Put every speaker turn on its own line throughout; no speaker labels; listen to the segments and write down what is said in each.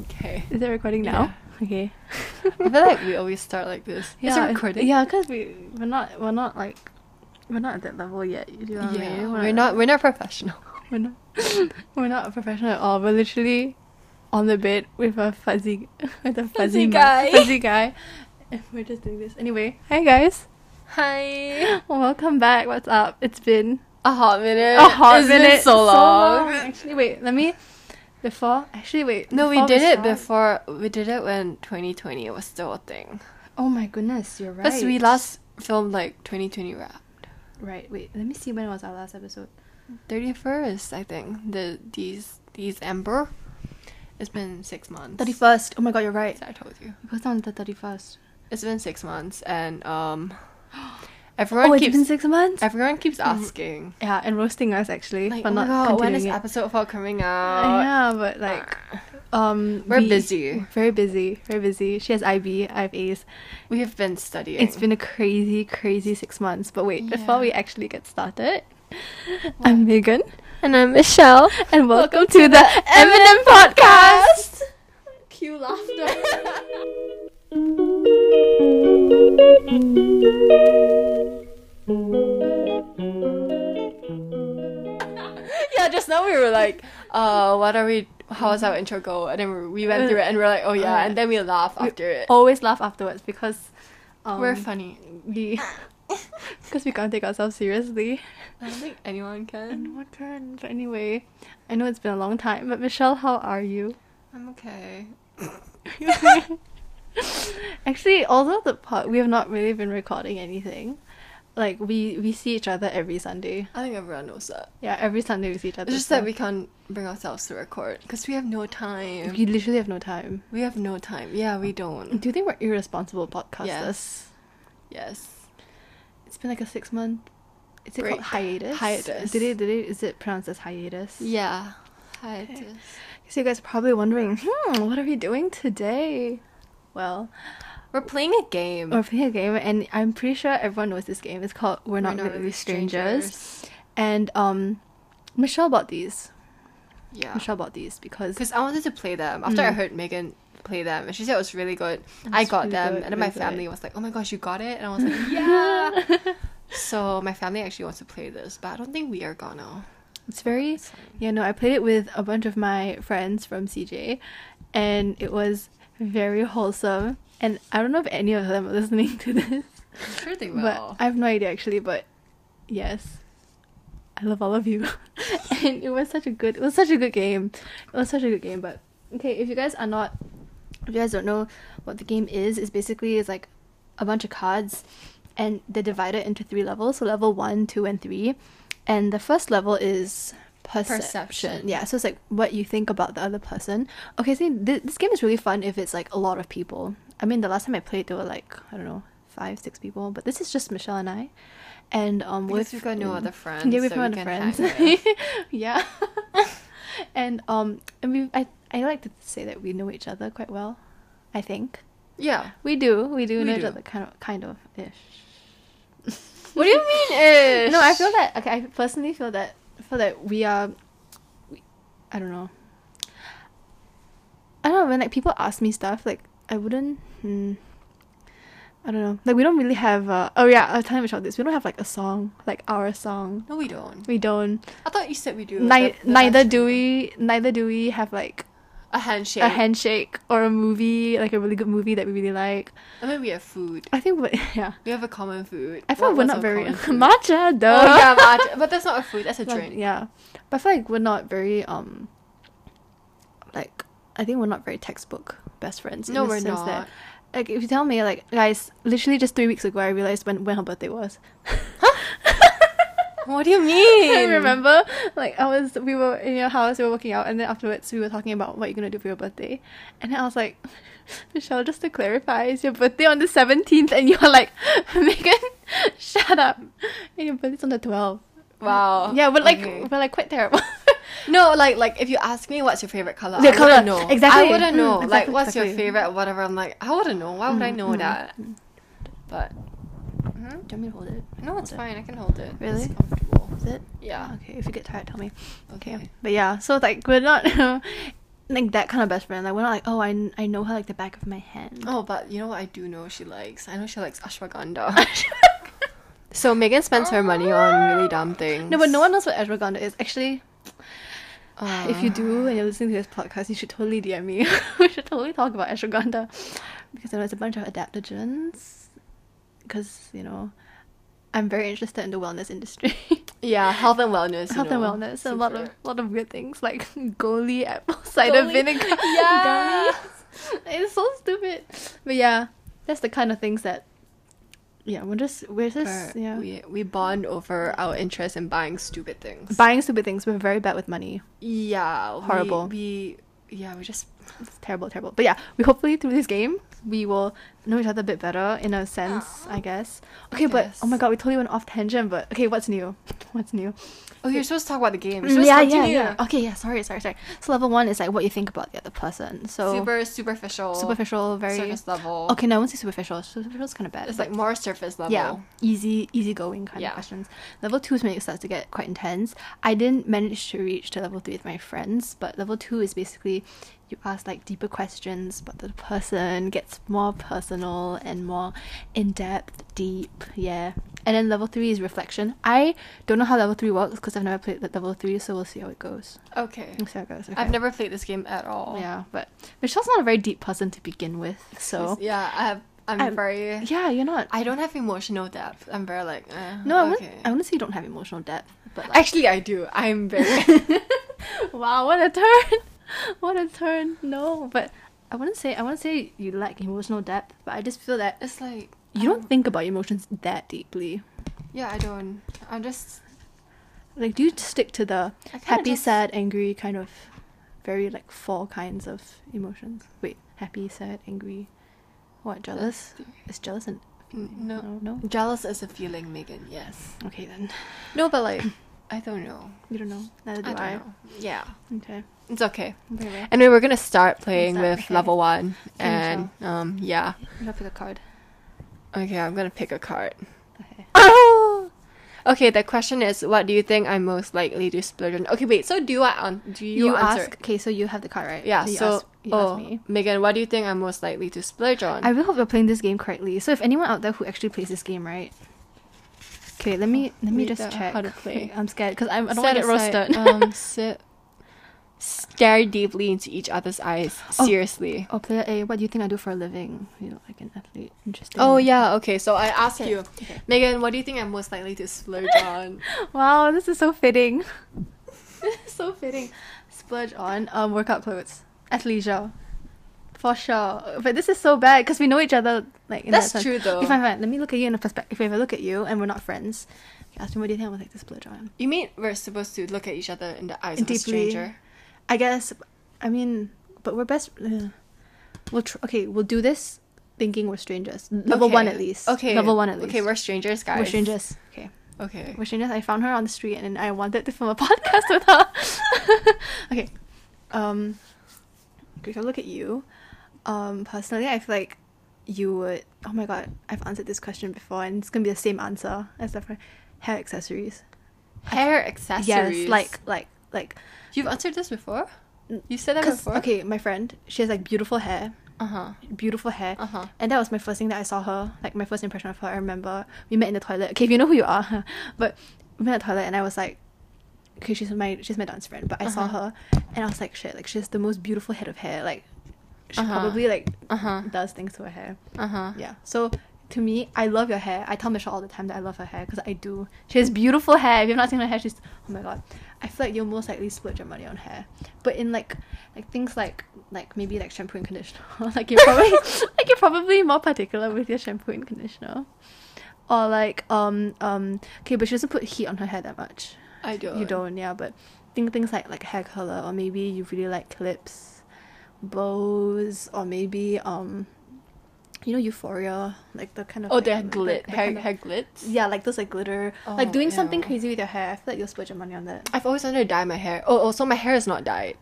Okay.
Is it recording now? Okay.
I feel like we always start like this. Is it
if-
recording?
Yeah, because we we're not we're not like we're not at that level yet. You know what I
Yeah,
mean?
We're not we're not professional.
we're not we're not professional at all. We're literally on the bed with a fuzzy with a fuzzy,
Fuzzy
ma-
guy.
fuzzy guy, and we're just doing this anyway. Hi guys,
Hi.
welcome back. What's up? It's been
A hot minute.
a hot
Uh, It's been
minute.
so long.
Actually, wait. Let me. Before actually, wait.
No, we
before
did it
start-
before we did it when twenty twenty was still a thing.
Oh my goodness, you're right.
Because we last filmed like twenty twenty wrap.
Right. Wait. Let me see when was our last episode.
Thirty first, I think. The these these Ember. It's been six months.
Thirty first. Oh my god, you're right.
As I told you.
It was on the thirty first.
It's been six months and um everyone
Oh, it's
keeps
been six months. Mm-hmm.
everyone keeps asking.
yeah, and roasting us actually
Like,
for
oh my
not
god, when is
continuing it.
episode four coming out?
yeah, but like, um,
We're
we-
busy.
Oh. we're very busy, very busy. She has IB, I have A's.
we have been studying.
It's been a crazy, crazy six months. But wait,
Yeah.
before we actually get started, I'm Megan,
and I'm Michelle.
and welcome, to, the Eminem Podcast.
Cue laughter. yeah, just now we were like, uh, what are we? How was our intro go? And then we- we went through it, and we're like, oh yeah, and then we laugh after it.
Always laugh afterwards because um,
we're funny.
we because we can't take ourselves seriously.
I don't think anyone can.
And what kind? But anyway, I know it's been a long time, but Michelle, how are you?
I'm okay.
Actually, although the pod, we have not really been recording anything. Like we we see each other every Sunday.
I think everyone knows that.
Yeah, every Sunday we see each other.
It's just
so
that we can't bring ourselves to record because we have no time.
we literally have no time.
We have no time. Yeah, we don't.
Do you think we're irresponsible podcasters?
Yes. Yes.
It's been like a six month. Is it
Break.
called hiatus?
Hiatus.
Did it? Did it? Is it pronounced as hiatus?
Yeah. Hi.
So you guys are probably wondering, hmm, what are we doing today? Well,
We're playing a game.
We're playing a game, and I'm pretty sure everyone knows this game. It's called We're, Not, Really, strangers. And um, Michelle bought these.
Yeah.
Michelle bought these because
Because I wanted to play them after
Mm.
I heard Megan play them, and she said it was really good. I
It's
got
really
them,
good,
and then my
really good.
family was like, "Oh my gosh, you got it!" And I was like, "Yeah." so my family actually wants to play this, but I don't think we are gonna.
it's very. Yeah, no, I played it with a bunch of my friends from CJ, and it was very wholesome. And I don't know if any of them are listening to this,
I'm sure they
but I have no idea actually. But yes, I love all of you, and it was such a good. It was such a good game. It was such a good game. But okay, if you guys are not, if you guys don't know what the game is, it's basically it's like a bunch of cards, and they're divided into three levels. So level one, two, and three, and the first level is perception.
Perception.
Yeah. So it's like what you think about the other person. Okay. So thi- this game is really fun if it's like a lot of people. I mean, the last time I played, there were like I don't know five, six people, but this is just Michelle and I. And um,
Because
with
we've got no other friends,
Yeah, we've
so
got
we
no
can hang
friends. yeah. and um, and we I I like to say that we know each other quite well. I think
yeah.
we do. We do
We
know each
do.
other kind of kind of ish.
What do you mean? Ish?
No, I feel that. Okay, I personally feel that. Feel that we are. We, I don't know. I don't know when like people ask me stuff like I wouldn't. Hmm, I don't know. Like we don't really have. Uh, oh yeah, I was telling Michelle this. We don't have like a song, like our song.
No, we don't.
We don't.
I thought you said we do.
Ni-
The- the
neither
last
do
one.
we. Neither do we have like
A handshake.
a handshake or a movie, like a really good movie that we really like.
I mean, we have food.
I think. we- Yeah.
We have a common food.
I
What
feel we're
was
not
our
very
common food?
matcha. Duh.
Oh yeah, matcha. but that's not a food. That's a
Like,
drink.
Yeah, but I feel like we're not very um. Like I think we're not very textbook best friends. in
No,
the
we're
sense
not.
That, like if you tell me, like guys, literally just three weeks ago, I realized when when her birthday was.
What do you mean?
I remember, like I was, we were in your house, we were working out, and then afterwards we were talking about what you're gonna do for your birthday, and then I was like, Michelle, just to clarify, it's your birthday on the seventeenth, and you're like, Megan, shut up, and your birthday's on the twelfth.
Wow.
Yeah, but like
Okay.
we're like quite terrible.
no, like like if you ask me what's your favorite color,
The
I
colour.
wouldn't know.
Exactly.
I wouldn't
Mm,
know. like
exactly,
what's your
exactly. Mm,
favorite whatever. I'm like I wouldn't know. Why would I know that? But Mhm.
Do you want me to hold it?
no, it's fine. I can hold it.
Really?
It's comfortable.
Is it? Oh,
Yeah.
Okay, if you get tired, tell me.
Okay.
But yeah, so like we're not like that kind of best friend. Like we're not like oh I, kn- I know her like the back of my hand.
Oh, but you know what I do know she likes? I know she likes ashwagandha. so Megan spends her money on really dumb things.
No, but no one knows what ashwagandha is. Actually,
Uh,
if you do and you're listening to this podcast, you should totally DM me. we should totally talk about ashwagandha because you know, it's a bunch of adaptogens. Because you know, I'm very interested in the wellness industry,
yeah, health and wellness. you
health and
know.
wellness. A lot of
Super.
lot of good things like goalie apple cider
Goalie.
vinegar.
Yeah.
gummies. it's so stupid. But yeah, that's the kind of things that. Yeah, we're just we're just
But
yeah.
We we bond over our interest in buying stupid things.
Buying stupid things. We're very bad with money.
yeah, we-
Horrible.
We, yeah, we just
It's terrible, terrible. But yeah, we hopefully through this game we will know each other a bit better in a sense, I guess. Okay, but oh my
guess.
god, we totally went off tangent. But okay, what's new? What's new?
Oh, you're supposed to talk about the game.
Mm, yeah, yeah, yeah. Okay, yeah. Sorry, sorry, sorry. So level one is like what you think about the other person. So
Super superficial.
superficial, very.
surface level.
Okay, no, I won't say superficial. Superficial is kind of bad.
It's
but-
like more surface level.
Yeah, easy, easygoing kind
Yeah.
of questions. Level two is when it starts to get quite intense. I didn't manage to reach to level three with my friends, but level two is basically you ask like deeper questions about the person, gets more personal and more in depth, deep. Yeah, and then level three is reflection. I don't know how level three works because I've never played the level three, so we'll see how it goes.
Okay.
We'll see how it goes. Okay.
I've never played this game at all.
Yeah, but Michelle's not a very deep person to begin with, so
Yeah, I have. I'm,
I'm-
very.
yeah, you're not.
I don't have emotional depth. I'm very like. Eh,
no, I
okay.
wouldn't. I wouldn't say you don't have emotional depth, but like,
Actually, I do. I'm very.
wow, what a turn! What a turn! No, but I wouldn't say I wouldn't say you lack emotional depth, but I just feel that
it's like
you
Um,
don't think about emotions that deeply.
Yeah, I don't. I'm just.
Like, do you just stick to the
I kinda
happy,
just-
sad, angry kind of very like four kinds of emotions? Wait, happy, sad, angry, what? Jealous? Is jealous and
N- Mm, no.
no?
Jealous is a feeling, Megan. Yes.
Okay then,
No, but like, I don't know.
you don't know. Neither do
I
I.
don't know. Yeah,
Okay.
it's okay.
Very well.
Anyway, we're gonna start playing
Start,
with
okay.
level one,
Okay,
and um, yeah.
I'm gonna pick a card.
Okay, I'm gonna pick a card.
Okay.
Oh. Okay, the question is, what do you think I'm most likely to splurge on? Okay, wait. So do I on? Do you,
You,
answer?
ask. Okay, so you have the card, right?
Yeah.
you
So,
ask- you ask
oh,
me.
Megan, what do you think I'm most likely to splurge on?
I really hope you're playing this game correctly. So if anyone out there who actually plays this game, right? Okay, let me let me
Read
just
the-
check.
how to play.
I'm scared because I don't want to get
Set aside,
roasted. Uh,
um, sit, stare deeply into each other's eyes.
Oh.
Seriously.
oh, player A, what do you think I do for a living? You look like an athlete. Interesting.
Oh yeah. Okay. So I asked
Okay,
you,
okay.
Megan, what do you think I'm most likely to splurge on?
Wow, this is so fitting. so fitting. Splurge on um workout clothes, athleisure, for sure. But this is so bad because we know each other. Like in
That's
that sense.
true, though.
If I let me look at you in a perspective. If I look at you and we're not friends, ask me what do you think I would like to splurge on.
You mean we're supposed to look at each other in the eyes of a
Deeply.
stranger?
I guess. I mean, but we're best. Uh, we'll tr- okay. We'll do this thinking we're strangers. Level one
Okay,
at least.
Okay.
Level one at least.
Okay, we're strangers, guys.
we're strangers. Okay.
Okay.
We're strangers. I found her on the street and I wanted to film a podcast with her. okay. Um. Okay. So look at you. Um. Personally, I feel like you would. Oh my god, I've answered this question before, and it's gonna be the same answer as the fir- hair accessories.
Hair accessories.
Yes. Like like like.
you've answered this before. You said that
'cause-
before.
Okay, my friend, she has like beautiful hair.
Uh huh.
beautiful hair.
Uh-huh.
And that was my first thing that I saw her, like my first impression of her. I remember we met in the toilet. Okay, if you know who you are, but we met in the toilet and I was like, okay, she's my she's my dance friend. But I saw
Uh-huh.
her and I was like, shit, like she has the most beautiful head of hair. Like she
Uh-huh.
probably like
Uh-huh.
does things to her hair.
Uh huh.
Yeah. So to me, I love your hair. I tell Michelle all the time that I love her hair because I do. She has beautiful hair. If you've not seen her hair, she's oh my god. I feel like you'll most likely splurge your money on hair, but in like like things like like maybe like shampoo and conditioner. like you're probably like you're probably more particular with your shampoo and conditioner, or like um um okay, but she doesn't put heat on her hair that much.
I don't.
You don't, yeah. But think things like like hair color, or maybe you really like clips, bows, or maybe um, you know, Euphoria, like the kind of
Oh,
like,
they're
the-
glit.
the
Hair,
kind of-
hair glitz.
yeah, like those like glitter,
Oh,
like doing something
ew.
crazy with your hair. I feel like you'll spend your money on that.
I've always wanted to dye my hair. Oh, also my hair is not dyed.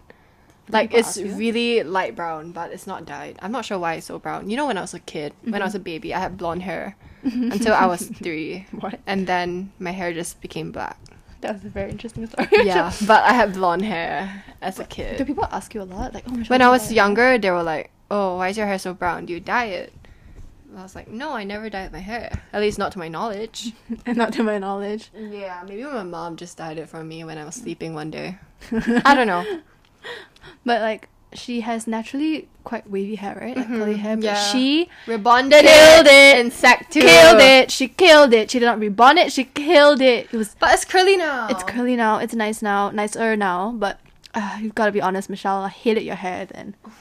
Like
people
it's
ask you?
really light brown, but it's not dyed. I'm not sure why it's so brown. You know, when I was a kid, when I was a
Mm-hmm.
baby, I had blonde hair until I was three,
What?
and then my hair just became black.
That was a very interesting story.
yeah, but I had blonde hair as a
Do
kid.
people ask you a lot? Like, oh my gosh,
When I was
why?
younger, they were like, "Oh, why is your hair so brown? Do you dye it?" And I was like, "No, I never dyed my hair. At least not to my knowledge."
and not to my knowledge.
yeah, maybe my mom just dyed it for me when I was
Mm.
sleeping one day. I don't know.
But like, she has naturally quite wavy hair, right? Like curly
Mhm,
hair. But
yeah.
she
We bonded
Killed it.
in sec two.
killed it. She killed it. She did not rebond it. She killed it. It was.
But it's curly now.
It's curly now. It's nice now. Nicer now. But uh, you've got to be honest, Michelle. I hated your hair then.
Oh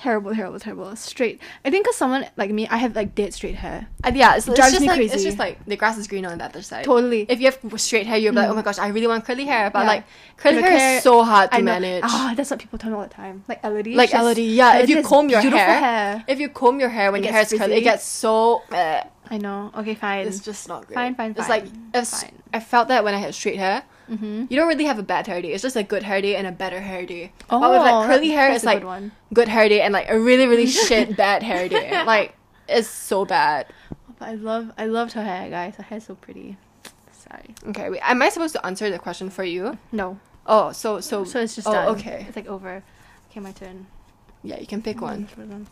Terrible, terrible, terrible. Straight. I think because someone like me, I have like dead straight hair.
Uh, yeah, it's, it's
Drives
just
me
like it's
crazy.
just like the grass is greener on the other side.
Totally.
If you have straight hair, you're like,
Mm.
oh my gosh, I really want curly hair. But
Yeah.
like curly
Your
hair,
hair-
is so hard to
I know.
manage.
Ah, that's what people tell me all the time. Like Elodie.
like
she has-
Elodie, yeah. if
Elodie
you
has
comb your
beautiful
hair, if you comb your hair when
It
your hair is
gets
curly, it
frizzy.
gets so. eh,
I know. Okay, fine.
it's just not great.
Fine, fine,
It's
fine,
like it's,
fine.
I felt that when I had straight hair.
mm-hmm.
You don't really have a bad hair day. It's just a good hair day and a better hair day.
Oh,
but with like curly
that-
hair,
that's
it's
a good
like
one.
good hair day and like a really really shit bad hair day. Like it's so bad.
Oh, But I love, I loved her hair, guys. Her hair's so pretty. Sorry.
Okay, wait. Am I supposed to answer the question for you?
No.
Oh, so so
So it's just
oh,
done.
okay.
It's like over. Okay, my turn.
Yeah, you can pick one.
For them.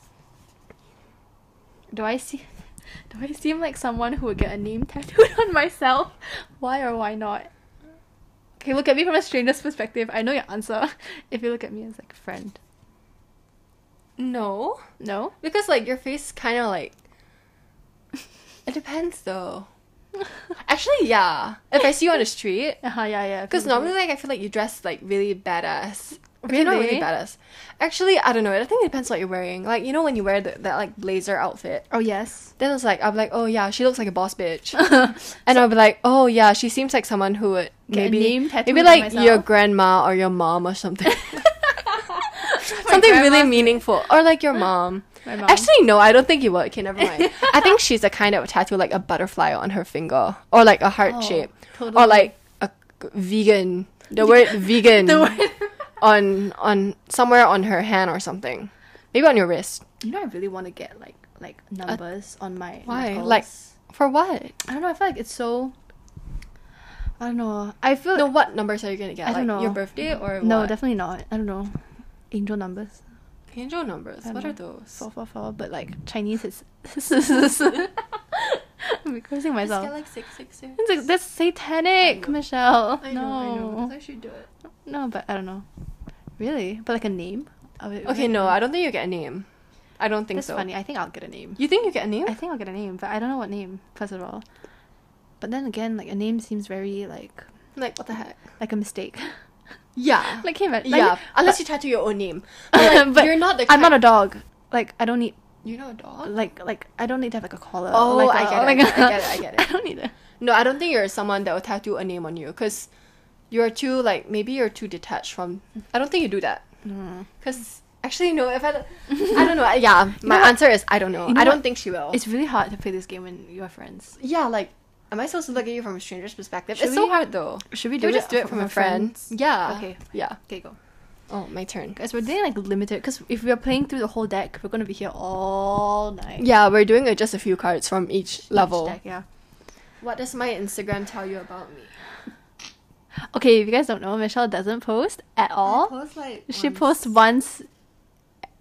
Do I see? Do I seem like someone who would get a name tattooed on myself? Why or why not? Okay, look at me from a stranger's perspective. I know your answer. If you look at me as like a friend,
No,
no.
because like your face kind of like. It depends though. Actually, yeah. If I see you on the street,
Uh huh. Uh-huh, Yeah, yeah.
because
people do.
normally like I feel like you dress like really badass. Okay, not really
Really?
badass. Actually, I don't know. I think it depends what you're wearing. Like you know when you wear the, that like blazer outfit.
Oh yes.
Then it's like I'm like, oh yeah, she looks like a boss bitch, and I'll be like, oh yeah, she seems like someone who would
Get a
maybe
name
maybe
tattooed on
like
myself.
your grandma or your mom or something,
My
something really
grandma's-
meaningful, or like your mom.
My mom.
Actually, no, I don't think you would. Okay, never mind. I think she's the kind that would tattoo like a butterfly on her finger, or like a heart
Oh,
shape,
totally.
or like a g- vegan, the word vegan
The word-
on on somewhere on her hand or something, maybe on your wrist.
You know, I really want to get like like numbers on my
Why?
knuckles.
Like for what?
I don't know. I feel like it's so. I don't know. I feel
No, what numbers are you gonna get?
I don't
like
know.
your birthday or
no,
what?
definitely not. I don't know. Angel numbers.
Angel numbers.
I
What
don't
are
know.
those?
Four four four. But like Chinese, it's. I'm cursing myself.
Just get like six, six, six.
it's like that's satanic,
I know.
Michelle.
I
no.
know, I know. That's how I should do it.
No, but I don't know. Really, but like a name. I would-
Okay, no, I don't think you get a name. I don't think
That's
so.
funny. I think I'll get a name.
You think you get a name?
I think I'll get a name, but I don't know what name. First of all, but then again, like a name seems very like
like what the heck?
like a mistake.
Yeah.
like him, like,
yeah. Unless
but-
you tattoo your own name. But, like,
but
you're not the
I'm not a
kind-
dog. Like I don't need
You're not a dog.
like like I don't need to have like a collar.
Oh, I
like, a-
get it,
like
I get it, I get it.
I don't need it.
No, I don't think you're someone that will tattoo a name on you because you're too like maybe you're too detached from. I don't think you do that Mm. because actually no. If I, I don't know. Yeah, my
know what?
answer is I don't know.
You know
I don't
what?
think she will.
It's really hard to play this game when you are friends.
yeah, like. Am I supposed to look at you from a stranger's perspective?
Should
it's so
we-
hard though.
Should we
Can we
do it
just do it
from
from
our
a friend?
friends?
Yeah.
Okay.
Yeah.
Okay, go.
Oh, my turn.
Guys, we're doing like limited because if we're playing through the whole deck, we're gonna be here all night.
Yeah, we're doing uh, just a few cards from each
Each
level.
deck, yeah.
What does my Instagram tell you about me?
Okay, if you guys don't know, Michelle doesn't post at all.
post like
She posts once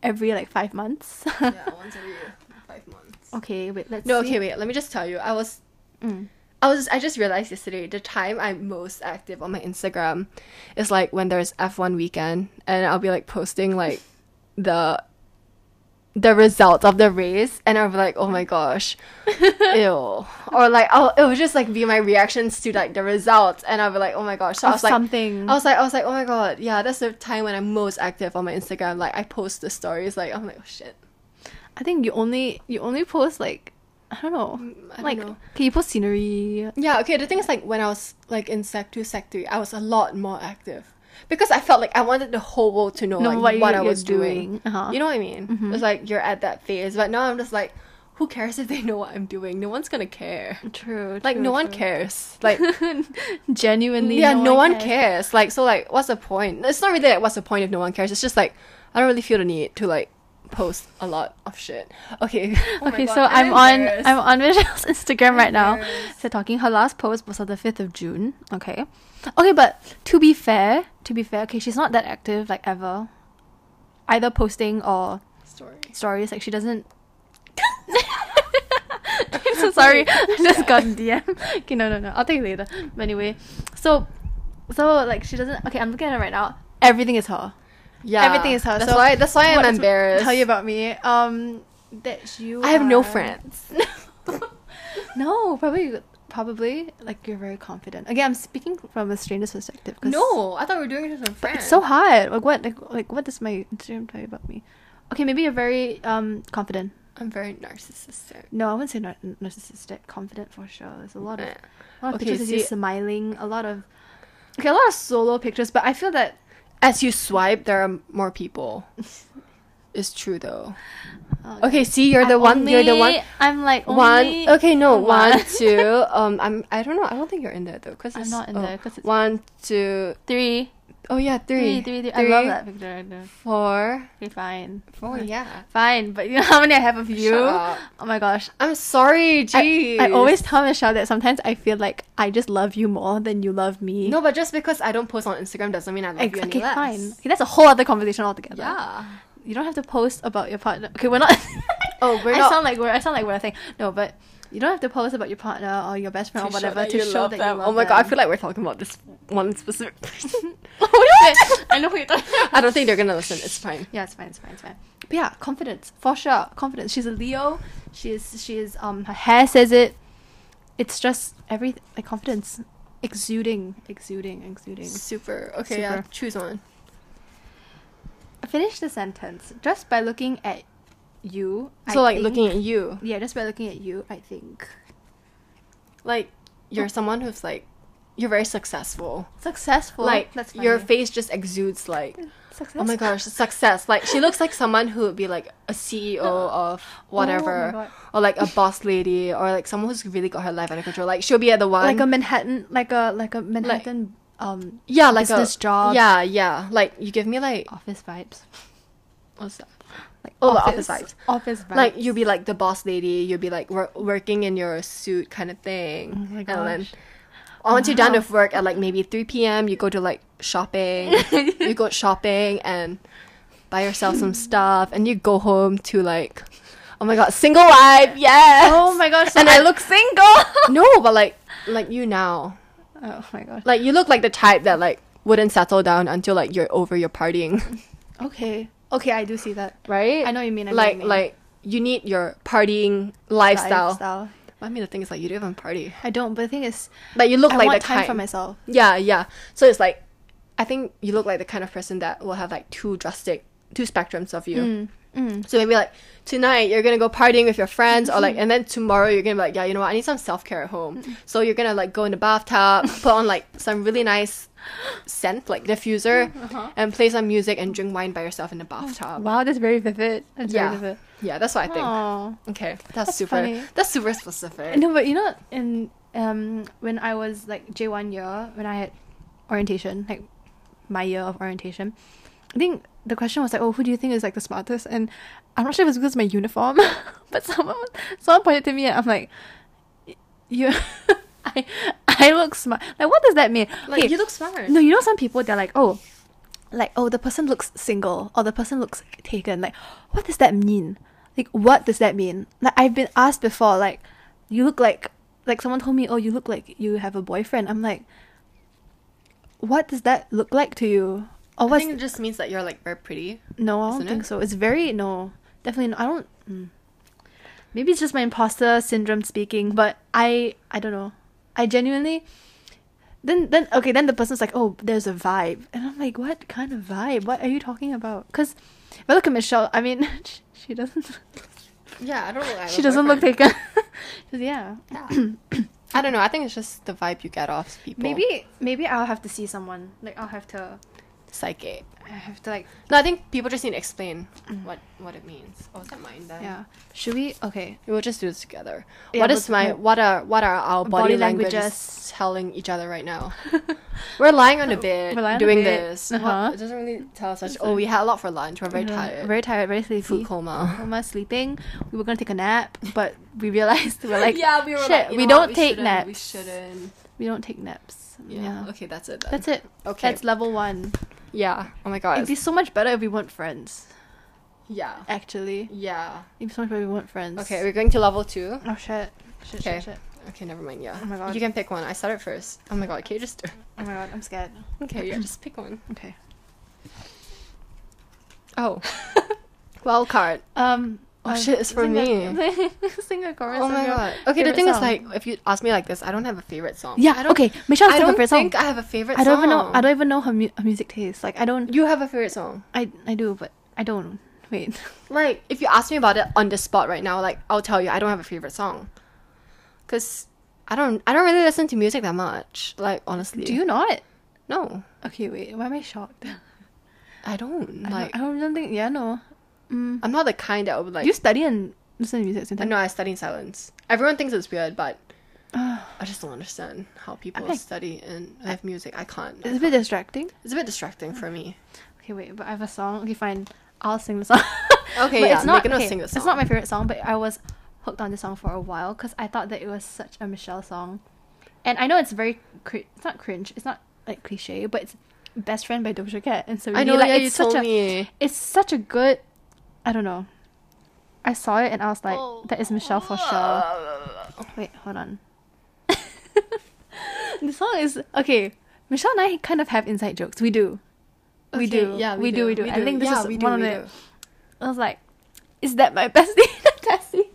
every like five months.
once every five months.
okay, wait. Let's
No,
see.
okay, wait. Let me just tell you. I was,
Mm.
I was, I just realized yesterday the time I'm most active on my Instagram is like when there's F1 weekend, and I'll be like posting like the the results of the race, and I'll be like, oh my gosh, ew, or like, oh, it would just like be my reactions to like the results, and I'll be like, oh my gosh, so I
Of
was like,
something.
I was like, I was like, oh my god, yeah, that's the time when I'm most active on my Instagram. Like, I post the stories, like, I'm like, oh shit.
I think you only you only post like Mm, I don't know.
I don't
like
know.
can you post scenery?
Yeah, okay. The thing is, like, when I was like in sec two, sec three, I was a lot more active because I felt like I wanted the whole world to know,
Know
like,
what
what,
you-
I
you're
was doing.
doing. Uh-huh.
You know what I mean? It's like you're at that phase, but now I'm just like, who cares if they know what I'm doing? No one's gonna care.
True.
Like,
true,
no one
true.
cares. Like,
Genuinely.
yeah, no, one, cares. Like, so, like, what's the point? It's not really like what's the point if no one cares. It's just like I don't really feel the need to like post a lot of shit. Okay.
Oh my
okay,
God,
so
I'm
I'm, on
embarrassed.
I'm on Michelle's Instagram right now.
embarrassed.
So talking her last post was on the fifth of June. Okay, okay, but to be fair, to be fair, okay, she's not that active like ever, either posting or
Story.
stories. Like she doesn't. I'm so sorry. I just got a DM. Okay, no, no, no. I'll take it later. But anyway, so, so like she doesn't. Okay, I'm looking at it right now. Everything is her.
Yeah.
Everything is her.
That's
so
why. That's why
what
I'm
does it
embarrassed.
Tell you about me. Um, that you.
I have no
are-
friends.
no, probably, probably like you're very confident. Again, I'm speaking from a stranger's perspective. 'cause-
No, I thought we were doing this with
but
friends.
it's so hard. Like what? Like, like what does my Instagram tell you about me? Okay, maybe you're very um confident.
I'm very narcissistic.
No, I wouldn't say nar- narcissistic. Confident for sure. There's a lot of,
Yeah.
a lot of
Okay,
pictures of you
see-
smiling. A lot of, okay, a lot of solo pictures. But I feel that
As you swipe, there are more people. it's true though.
oh,
Okay, see, you're
I'm
the one. You're the
only-
one.
I'm like
One.
only
Okay, no.
one.
One, two. Um, I'm. I don't know. I don't think you're in there though, because
I'm not in there 'cause it's-
one, two.
three.
Oh yeah, three.
Three, three, three. I love that picture. I know.
Four.
Okay, fine.
Four. Yeah.
Fine, but you know how many I have of you?
Shut up.
Oh my gosh.
I'm sorry.
I,
Jeez.
I always tell Michelle that sometimes I feel like I just love you more than you love me.
No, but just because I don't post on Instagram doesn't mean I love
Ex-
you any
okay,
less.
fine. Okay, that's a whole other conversation altogether.
Yeah.
You don't have to post about your partner. Okay, we're not.
Oh, we're
I
not-
sound like we're. I sound like we're a thing. No, but you don't have to post about your partner or your best friend or Oh, whatever to show that you love
oh my god, I
them.
feel like we're talking about this one specific person.
What? I know who you're talking about.
I don't think they're gonna listen. It's fine.
Yeah, it's fine, it's fine, it's fine. But yeah, confidence for sure. Confidence. She's a Leo. She is. She is. Um, her hair says it. It's just every like confidence, exuding, exuding, exuding.
Super. Okay, yeah.
Super.
Choose one.
Finish the sentence just by looking at you. I
so like
think-
looking at you,
Yeah, just by looking at you, I think
like
Oh.
you're someone who's like, you're very successful.
successful.
like
that's
your
funny.
face just exudes like.
Success.
Oh my gosh, success! Like she looks like someone who would be like a CEO of whatever,
Oh God.
or like a boss lady, or like someone who's really got her life under control. Like she'll be at the one
Like a Manhattan, like a like a Manhattan um
yeah, like
business
a
job.
Yeah, yeah. Like you give me like
office vibes.
what's that?
Like
Oh, the office vibes.
Office vibes.
Like you'll be like the boss lady, you'll be like wor- working in your suit kind of thing.
Oh my
And then
gosh.
once you're done with work at like maybe three PM you go to like shopping. you go shopping and buy yourself some stuff and you go home to like oh my god, single life, yes.
Oh my gosh!
And I
look single.
No, but like like you now.
oh my gosh.
Like you look like the type that like wouldn't settle down until like you're over your partying.
Okay. Okay, I do see that.
Right?
I know what you mean. I know what
like
you mean.
like you need your partying lifestyle.
Lifestyle.
I mean the thing is like you don't even party,
I don't. But the thing is,
but you look
I
like
want
the
time
kind.
for myself.
Yeah, yeah. So it's like, I think you look like the kind of person that will have like two drastic, two spectrums of you. So maybe like tonight you're gonna go partying with your friends, or like, and then tomorrow you're gonna be like, yeah, you know what? I need some self care at home. So you're gonna like go in the bathtub, put on like some really nice scent, like diffuser, and play some music and drink wine by yourself in the bathtub.
Wow, that's very vivid. That's
Yeah,
very vivid.
yeah, that's what I think.
Aww.
Okay, that's,
That's
super.
funny.
That's super specific.
No, but you know, in um, when I was like J one year, when I had orientation, like my year of orientation, I think the question was like, "Oh, who do you think is like the smartest?" And I'm not sure if it was because of my uniform, but someone someone pointed to me, and I'm like, "Y- "You, I, I look smart." Like, what does that mean?
Like
Okay.
you look smart.
No, you know some people they're like, oh, like oh the person looks single or the person looks taken. Like, what does that mean? Like, what does that mean? Like, I've been asked before. Like, you look like like someone told me, oh, you look like you have a boyfriend. I'm like, what does that look like to you?
I
Or what's
think it just means that you're like very pretty.
no, I don't
isn't
think
it?
so. It's very no, definitely. No, I don't. Mm. Maybe it's just my imposter syndrome speaking, but I I don't know. I genuinely. Then then okay then the person's like oh there's a vibe and I'm like what kind of vibe what are you talking about because if I look at Michelle I mean she, she doesn't
Yeah, I don't look. Like
she doesn't look taken yeah
I don't know. I think it's just the vibe you get off people.
maybe maybe I'll have to see someone like I'll have to
psychic.
I have to like
No, I think people just need to explain what what it means. Mm. Oh, is that mine then?
yeah. Should we okay.
We'll just do this together.
Yeah,
what
we'll
is
do-
my
no.
what are what are our body,
Body languages.
languages telling each other right now? We're lying on the bed
We're lying on the
doing
bed.
this.
Uh-huh.
What, it doesn't really tell us much.
It's
Oh,
like-
we had a lot for lunch. We're Uh-huh. very
Mhm.
tired.
Very tired, very sleepy.
Food coma.
coma, sleeping. We were gonna take a nap, but we realized we were like
yeah, we
were
were
Shit, like, you we know what, don't we take shouldn't- naps.
We
we shouldn't.
shouldn't.
we don't take naps.
Yeah.
Yeah.
Okay, that's it. Then.
That's it.
Okay.
That's level one.
yeah. Oh my god.
It'd be so much better if we weren't friends.
yeah.
Actually,
Yeah.
it'd be so much better if we weren't friends.
Okay, we're going to level two.
Oh shit. Shit,
Okay.
shit, shit.
Okay, never mind. Yeah.
Oh my god.
You can pick one. I started first. Oh my god. Can you just?
Oh my god, I'm scared.
Okay. Yeah. Just pick one.
Okay.
Oh. Wild card.
Um.
Oh
uh,
shit, it's for
sing a- sing a chorus.
Oh
of
my
your
god. Okay, the
favorite
thing is
song.
like if you ask me like this, I don't have a favorite song.
Yeah.
I don't,
okay. Michelle
I
has a
don't
favorite song.
think I have a favorite
I
song.
don't even know. I don't even know her, mu- her music taste. Like I don't.
You have a favorite song.
I I do, but I don't. Wait.
Like if you ask me about it on the spot right now, like I'll tell you I don't have a favorite song. Cuz I don't I don't really listen to music that much. Like honestly.
Do you not?
No.
Okay. Wait. Why am I shocked?
I don't.
I
Like
don't, I don't, don't think. Yeah. No. Mm.
I'm not the kind that would like
do you study and listen to music at the same
I
time?
know I study in silence. Everyone thinks it's weird, but
Uh,
I just don't understand how people
like-
study and have music. I can't.
it's a bit distracting.
It's a bit distracting for me.
Okay. Wait. But I have a song. Okay. Fine. I'll sing the song.
Okay,
But
yeah,
It's not.
Megan will
okay,
sing the
It's
song.
not my favorite song, but I was hooked on this song for a while because I thought that it was such a Michelle song, and I know it's very. Cr- it's not cringe. It's not like cliche, but it's "Best Friend" by Doja Cat, and so really,
I know
like
yeah,
it's
you
such
told
a.
me.
It's such a good. I don't know. I saw it and I was like,
Oh.
"That is Michelle for sure." Wait, hold on. the song is okay. Michelle and I kind of have inside jokes. We do. We
Okay,
do.
Yeah,
we, do. We do. I think this
yeah,
is
we do,
one
we
of the.
do.
I was like, "Is that my bestie?" Tessie.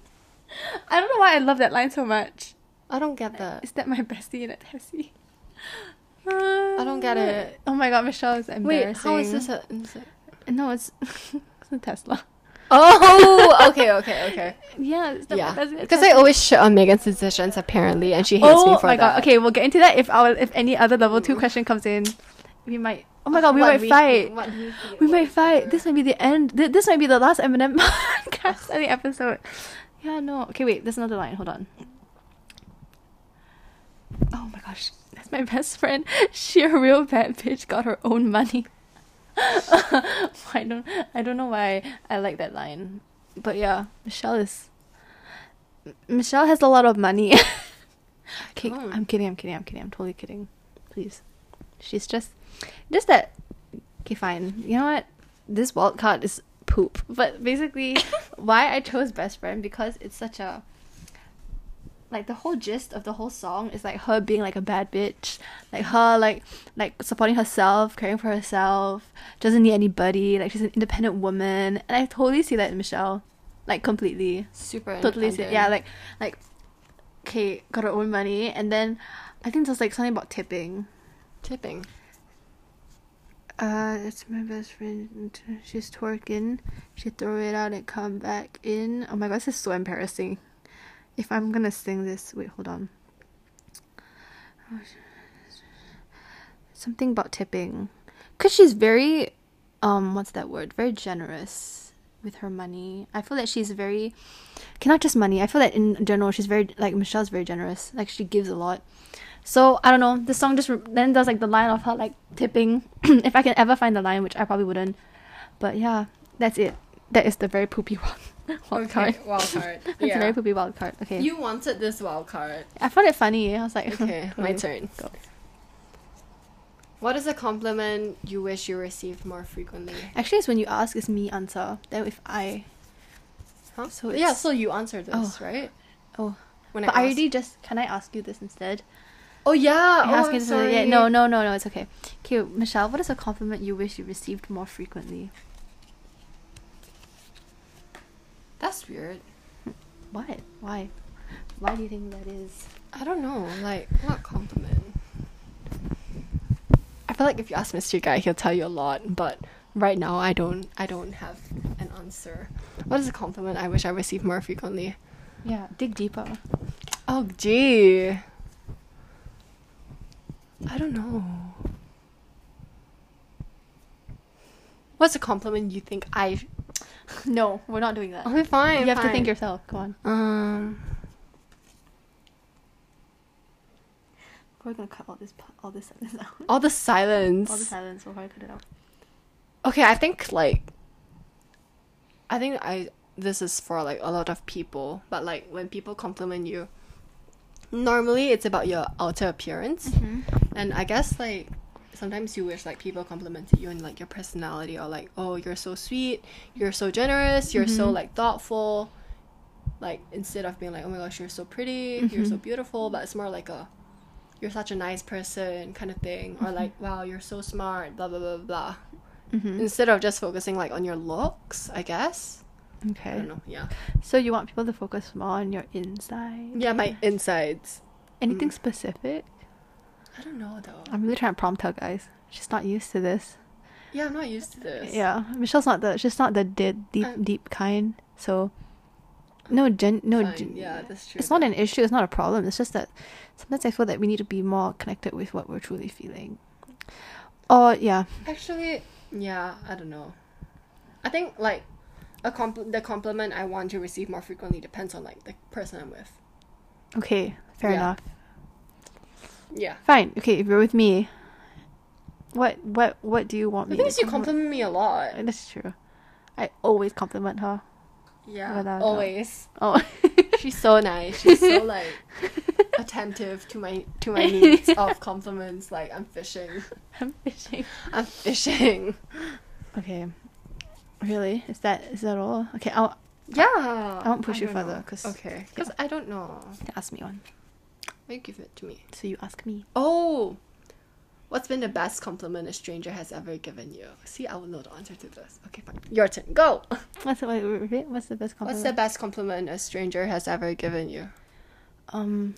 I don't know why I love that line so much.
I don't get that.
Is that my bestie in a Tessie?
I don't get it.
Oh my god, Michelle is embarrassing.
Wait, how is this a? is it-
No, it's, it's a Tesla.
Oh, okay, okay, okay.
Yeah, it's the
yeah,
best-
because I always shit on Megan's decisions apparently, and she hates me
oh
for
my
that.
god. Okay, we'll get into that if our if any other level two question comes in. We might. Oh my god, we
What
might fight.
what we feel,
we
what
might fight.
feel.
This might be the end. Th- this might be the last Eminem podcast I think, episode. Yeah. No. Okay. Wait. There's another line. Hold on. Oh my gosh. That's my best friend. She a real bad bitch. Got her own money. I don't. I don't know why I like that line, but yeah, Michelle is. M- Michelle has a lot of money. okay,
Come on.
I'm kidding. I'm kidding. I'm kidding. I'm totally kidding. Please, she's just, just that. Okay, fine. You know what? This wild card is poop. But basically, why I chose best friend because it's such a like the whole gist of the whole song is like her being like a bad bitch, like her like like supporting herself, caring for herself, doesn't need anybody, like she's an independent woman, and I totally see that in Michelle, like completely,
super
totally see,
independent.
yeah, like like okay, got her own money, and then I think there's like something about tipping.
tipping.
Uh, it's my best friend. She's twerking. She throw it out and come back in. Oh my god, this is so embarrassing. If I'm gonna sing this, wait, hold on. Something about tipping, cause she's very, um, what's that word? Very generous with her money. I feel that she's very, okay, not just money. I feel that in general, she's very like Michelle's very generous. Like she gives a lot. So I don't know. This song just re- then does like the line of her like tipping. if I can ever find the line, which I probably wouldn't. But yeah, that's it. That is the very poopy wild, wild card.
wild card.
That's a very poopy wild card. Okay.
You wanted this wild card.
I found it funny. I was like,
Okay, my turn.
Go.
What is a compliment you wish you received more frequently?
Actually, it's when you ask, it's me answer. Then if I,
Huh?
So
yeah,
it's-
so you answered this,
Oh.
right?
oh,
When
but I,
asked-
already just can I ask you this instead?
Oh yeah.
I
oh,
ask
I'm
you this instead.
sorry.
Yeah, no, no, no, no. It's okay. Okay, Michelle, what is a compliment you wish you received more frequently?
That's weird.
What? Why? Why do you think that is?
I don't know. Like, what compliment? I feel like if you ask Mr. Guy, he'll tell you a lot. But right now, I don't. I don't have an answer. What is a compliment I wish I received more frequently?
Yeah, dig deeper.
Oh, gee. I don't know. What's a compliment you think I?
No, we're not doing that.
Okay, fine.
you have to think
fine.
yourself. Go on.
Um.
We're gonna cut all this pa- all this sentence out.
All the silence.
All the silence. We'll probably cut it out.
okay, I think like. I think I this is for like a lot of people, but like when people compliment you, normally it's about your outer appearance,
Mm-hmm.
and I guess like sometimes you wish like people complimented you on like your personality or like oh you're so sweet, you're so generous, you're so
Mhm.
like thoughtful, like instead of being like oh my gosh you're so pretty, you're so beautiful, but it's more like a you're such a nice person kind of thing or like wow you're so smart blah blah blah blah
Mm-hmm.
instead of just focusing like on your looks i guess i
Okay.
don't know yeah
So you want people to focus more on your inside?
yeah my insides
Anything
Mm.
specific?
i don't know though
I'm really trying to prompt her, guys. She's not used to this.
yeah i'm not used to this Uh,
Yeah, Michelle's not the she's not the deep deep
I'm-
deep kind. So no gen no
Fine,
gen-
yeah, that's true
It's not
though.
an issue. It's not a problem. It's just that sometimes I feel that we need to be more connected with what we're truly feeling. Or yeah,
actually yeah i don't know i think like a compl- the compliment i want to receive more frequently depends on like the person i'm with
okay, fair
Yeah.
enough.
yeah
Fine. Okay, if you're with me, what what what do you want
the
me?
thing
to
is you compliment me a lot
compliment- That's true. I always compliment her. Without a
yeah
doubt.
always
Oh,
she's so nice she's so like attentive to my to my needs of compliments like i'm fishing
I'm fishing.
i'm fishing
Okay. Really? Is that is that all? Okay. I'll
Yeah.
I won't push you
don't know.
further, 'cause-
okay. Because I don't know.
ask me one.
You give it to me.
So you ask me.
Oh, what's been the best compliment a stranger has ever given you? See, I will know the answer to this. Okay, fine. Your turn. Go.
What's the, wait, wait, repeat? What's the best
What's
compliment?
the best compliment a stranger has ever given you?
um.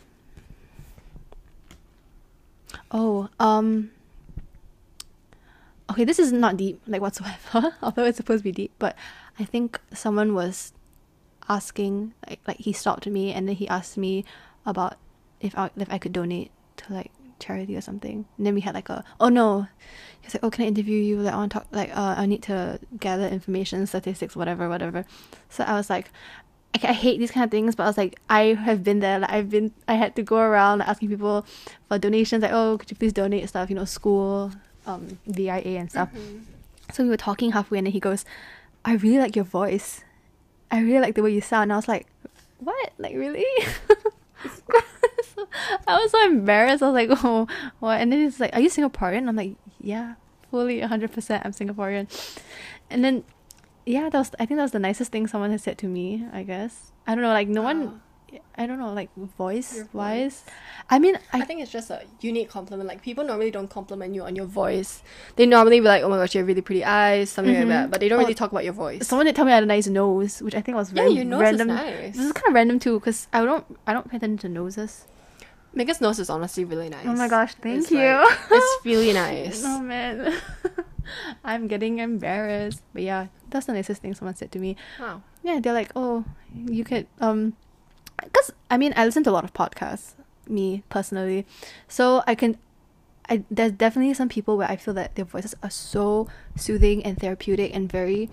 Oh, um. Okay, this is not deep, like whatsoever. although it's supposed to be deep, but I think someone was asking, like, like he stopped me and then he asked me about if I if I could donate to like charity or something. And then we had like a oh no, he was like oh can I interview you? Like I want to talk like uh, I need to gather information, statistics, whatever, whatever. So I was like. I I hate these kind of things, but I was like, I have been there. Like I've been, I had to go around asking people for donations. Like, oh, could you please donate stuff? You know, school, um, VIA and stuff.
Hmm.
So we were talking halfway, and then he goes, "I really like your voice. I really like the way you sound." And I was like, "What? Like really?" So I was so embarrassed. I was like, "Oh, what?" And then he's like, "Are you Singaporean?" I'm like, "Yeah, fully, hundred percent. I'm Singaporean." And then, yeah, that was. I think that was the nicest thing someone has said to me. I guess I don't know. Like no one. I don't know. Like voice
Your
wise, I mean, I,
I, think it's just a unique compliment. Like people normally don't compliment you on your voice. They normally be like, "Oh my gosh, you have really pretty eyes," something
Mhm.
like that. But they don't
Oh,
really talk about your voice.
someone did tell me I had a nice nose, which I think was
Yeah,
very
your nose is
random.
nice.
This is kind of random too, because I don't I don't pay attention to noses.
Megan's nose is honestly really nice.
Oh my gosh, thank
It's,
you.
like- it's really nice.
oh man, I'm getting embarrassed. But yeah, that's the nicest thing someone said to me.
Wow.
Yeah, they're like, oh, you could um, because I mean I listen to a lot of podcasts, me personally, so I can. I, there's definitely some people where I feel that their voices are so soothing and therapeutic and very,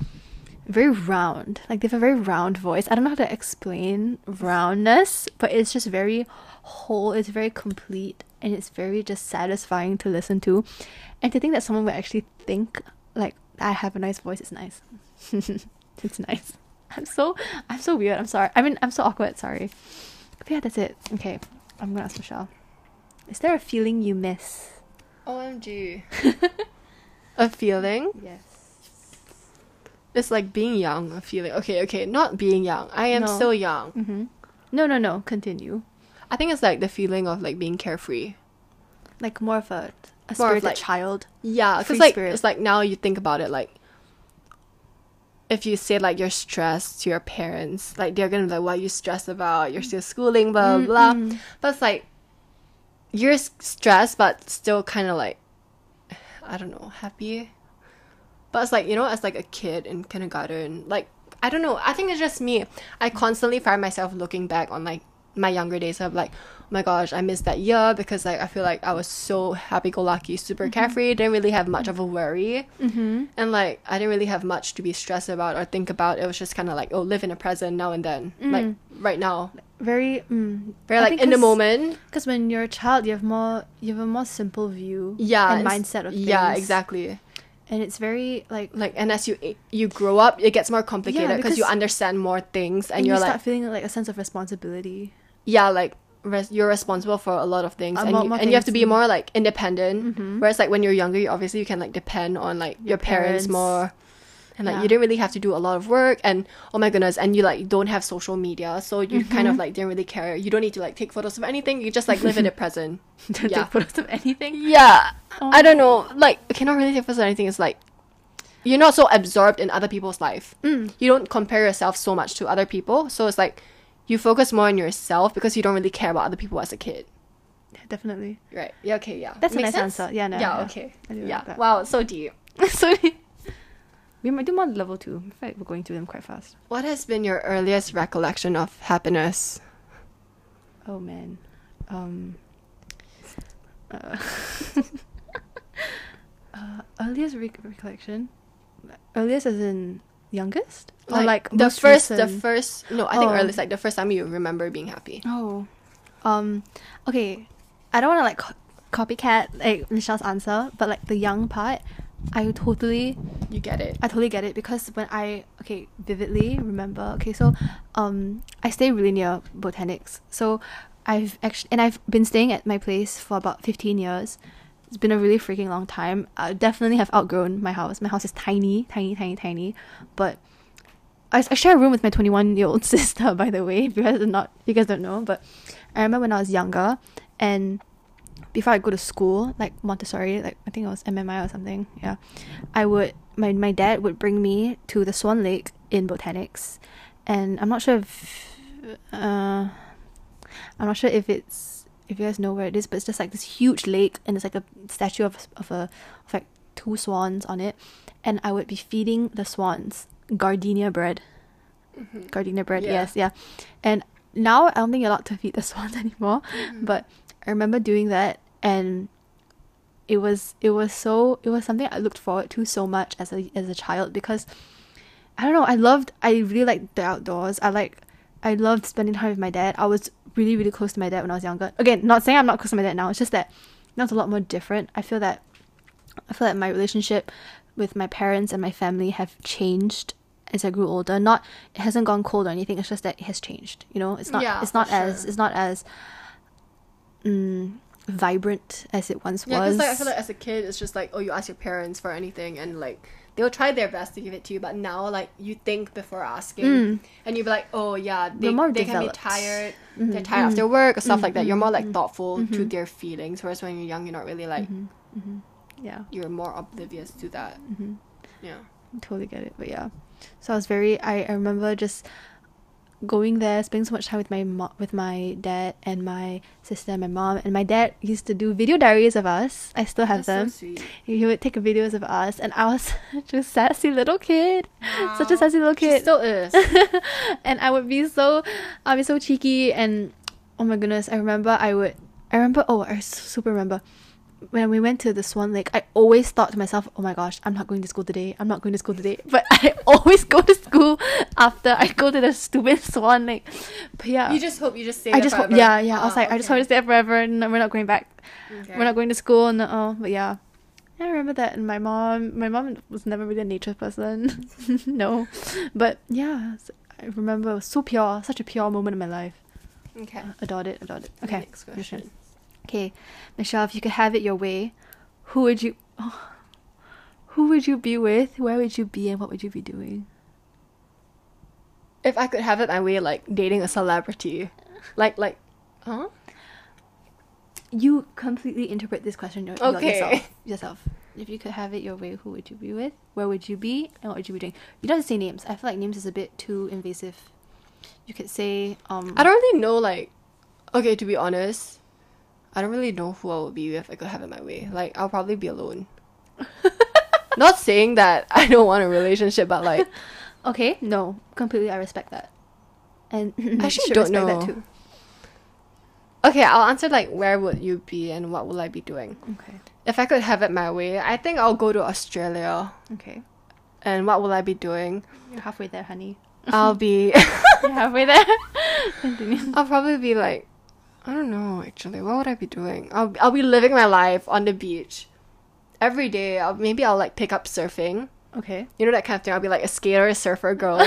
very round. Like they have a very round voice. I don't know how to explain roundness, but it's just very whole. It's very complete and it's very just satisfying to listen to. And to think that someone would actually think like I have a nice voice is nice. it's nice. I'm so I'm so weird. I'm sorry. I mean I'm so awkward. Sorry. But yeah, that's it. Okay, I'm gonna ask Michelle. Is there a feeling you miss?
OMG. a feeling?
Yes.
It's like being young, a feeling. Okay, okay, not being young. I am
No.
still young.
Mm-hmm. No, no, no. Continue.
I think it's like the feeling of like being carefree.
Like more of a a
More of
spirited
like-
child.
Yeah, because
Free
like
spirit.
it's like now you think about it like if you say like you're stressed to your parents, like they're gonna be like, What are you stressed about? You're still schooling, blah blah
Mm-hmm.
blah. But it's like you're s- stressed but still kinda like I don't know, happy. But it's like, you know, as like a kid in kindergarten, like I don't know, I think it's just me. I constantly find myself looking back on like my younger days of like, oh my gosh, I missed that year because like I feel like I was so happy go lucky, super carefree, didn't really have much of a worry.
Mm-hmm.
And like I didn't really have much to be stressed about or think about. It was just kind of like, oh, live in the present now and then, like
Mm.
right now.
Very, mm,
Very like in the moment.
Because when you're a child, you have more, you have a more simple view,
Yeah,
and
it's-
mindset of things.
Yeah, exactly.
And it's very like,
Like and as you you grow up, it gets more complicated because
because-
you understand more things and,
and you
you're
start
like
feeling like a sense of responsibility.
yeah, like res- you're responsible for a lot of things,
A
and,
lot
you,
more
and you have to be
things, yeah.
more like independent.
Mhm.
Whereas like when you're younger, you obviously you can like depend on like your,
Your
parents.
parents.
more, and like
Yeah.
you didn't really have to do a lot of work. And oh my goodness, and you like don't have social media, so you kind
Mm-hmm.
of like didn't really care. You don't need to like take photos of anything. You just like live in the present.
Don't
Yeah.
take photos of anything.
Yeah, I
Oh.
don't know. Like I cannot really take photos of anything. It's like you're not so absorbed in other people's life.
Mm.
You don't compare yourself so much to other people. So it's like you focus more on yourself because you don't really care about other people as a kid.
Yeah, definitely.
Right. Yeah. Okay. Yeah.
That's a
Makes
nice answer. Yeah, no,
yeah.
yeah.
Okay.
I do like
yeah.
that.
Wow. So deep.
so we might do more level two. In fact, we're going through them quite fast.
What has been your earliest recollection of happiness?
Oh man. Um. Uh, uh, earliest re- recollection, earliest as in youngest, or like
the
most
first, the
recent?
first. No, I think
Oh.
earliest, like the first time you remember being happy.
Oh, um, okay. I don't want to like co- copycat like Michelle's answer, but like the young part, I totally
You get it.
I totally get it because when I okay vividly remember okay so um I stay really near botanics so I've actually and I've been staying at my place for about 15 years it's been a really freaking long time I definitely have outgrown my house my house is tiny tiny tiny tiny but I, s- I share a room with my 21 year old sister by the way if you guys are not if you guys don't know but I remember when I was younger and before I go to school, like Montessori, like I think it was MMI or something. Yeah, I would my my dad would bring me to the Swan Lake in botanics, and I'm not sure if uh, I'm not sure if it's if you guys know where it is, but it's just like this huge lake, and it's like a statue of of a of like two swans on it, and I would be feeding the swans gardenia bread.
Mm-hmm.
Gardenia bread,
Yeah.
yes, yeah. And now I don't think you're allowed to feed the swans anymore.
Mm-hmm.
But I remember doing that and it was it was so it was something I looked forward to so much as a as a child because I don't know, I loved I really liked the outdoors. I like I loved spending time with my dad. I was really, really close to my dad when I was younger. Again, not saying I'm not close to my dad now, it's just that now it's a lot more different. I feel that I feel like my relationship with my parents and my family have changed as I grew older. Not it hasn't gone cold or anything. It's just that it has changed. You know, it's not
Yeah,
it's not
for
as
sure.
it's not as mm, vibrant as it once
Yeah,
was.
because like I feel like as a kid, it's just like oh, you ask your parents for anything, and like they'll try their best to give it to you. But now, like you think before asking,
Mm.
and you will be like, oh yeah, they,
We're more
they can be
developed. Mm-hmm.
tired. They're tired after work or stuff like that. You're more like thoughtful to their feelings, whereas when you're young, you're not really like
Mm-hmm. yeah, mm-hmm,
you're more oblivious to that. Yeah.
I totally get it. But yeah, so I was very. I, I remember just going there, spending so much time with my mom, with my dad, and my sister, and my mom, and my dad used to do video diaries of us. I still have them.
So sweet.
He would take videos of us, and I was such a sassy little kid, such a sassy little
She
kid.
still is.
and I would be so, I'd be so cheeky, and oh my goodness, I remember I would, I remember, oh, I s- super remember when we went to the Swan Lake. I always thought to myself, oh my gosh, I'm not going to school today. I'm not going to school today. But I always go to school after I go to the stupid Swan Lake. But yeah,
you just hope you just stay.
I
there
just hope,
forever.
yeah, yeah. I was
Ah,
like, I just
okay.
hope to stay there forever, and we're not going back.
Okay.
We're not going to school. No, oh, but yeah. I remember that, and my mom, my mom was never really a nature person, no, but yeah, s- I remember it was so pure, such a pure moment in my life.
Okay.
Adored it, adored it.
Okay.
Okay,
Next question.
Okay, Michelle, if you could have it your way, who would you, oh, who would you be with? Where would you be, and what would you be doing?
If I could have it my way, like dating a celebrity, like like, huh?
You completely interpret this question your, your-
Okay.
yourself. Yourself. If you could have it your way, who would you be with? Where would you be? And what would you be doing? You don't have to say names. I feel like names is a bit too invasive. You could say, um,
I don't really know, like, okay, to be honest, I don't really know who I would be with if I could have it my way. Like, I'll probably be alone. Not saying that I don't want a relationship, but like,
Okay, no, completely. I respect that. And
I
you
actually
should
don't know.
respect that too.
Okay, I'll answer like where would you be and what will I be doing?
Okay.
If I could have it my way, I think I'll go to Australia.
Okay.
And what will I be doing?
You're halfway there, honey.
I'll be
You're halfway there. Continue.
I'll probably be like I don't know actually. What would I be doing? I'll I'll be living my life on the beach. Every day, I'll, maybe I'll like pick up surfing.
Okay.
You know that kind of thing. I'll be like a skater, a surfer girl.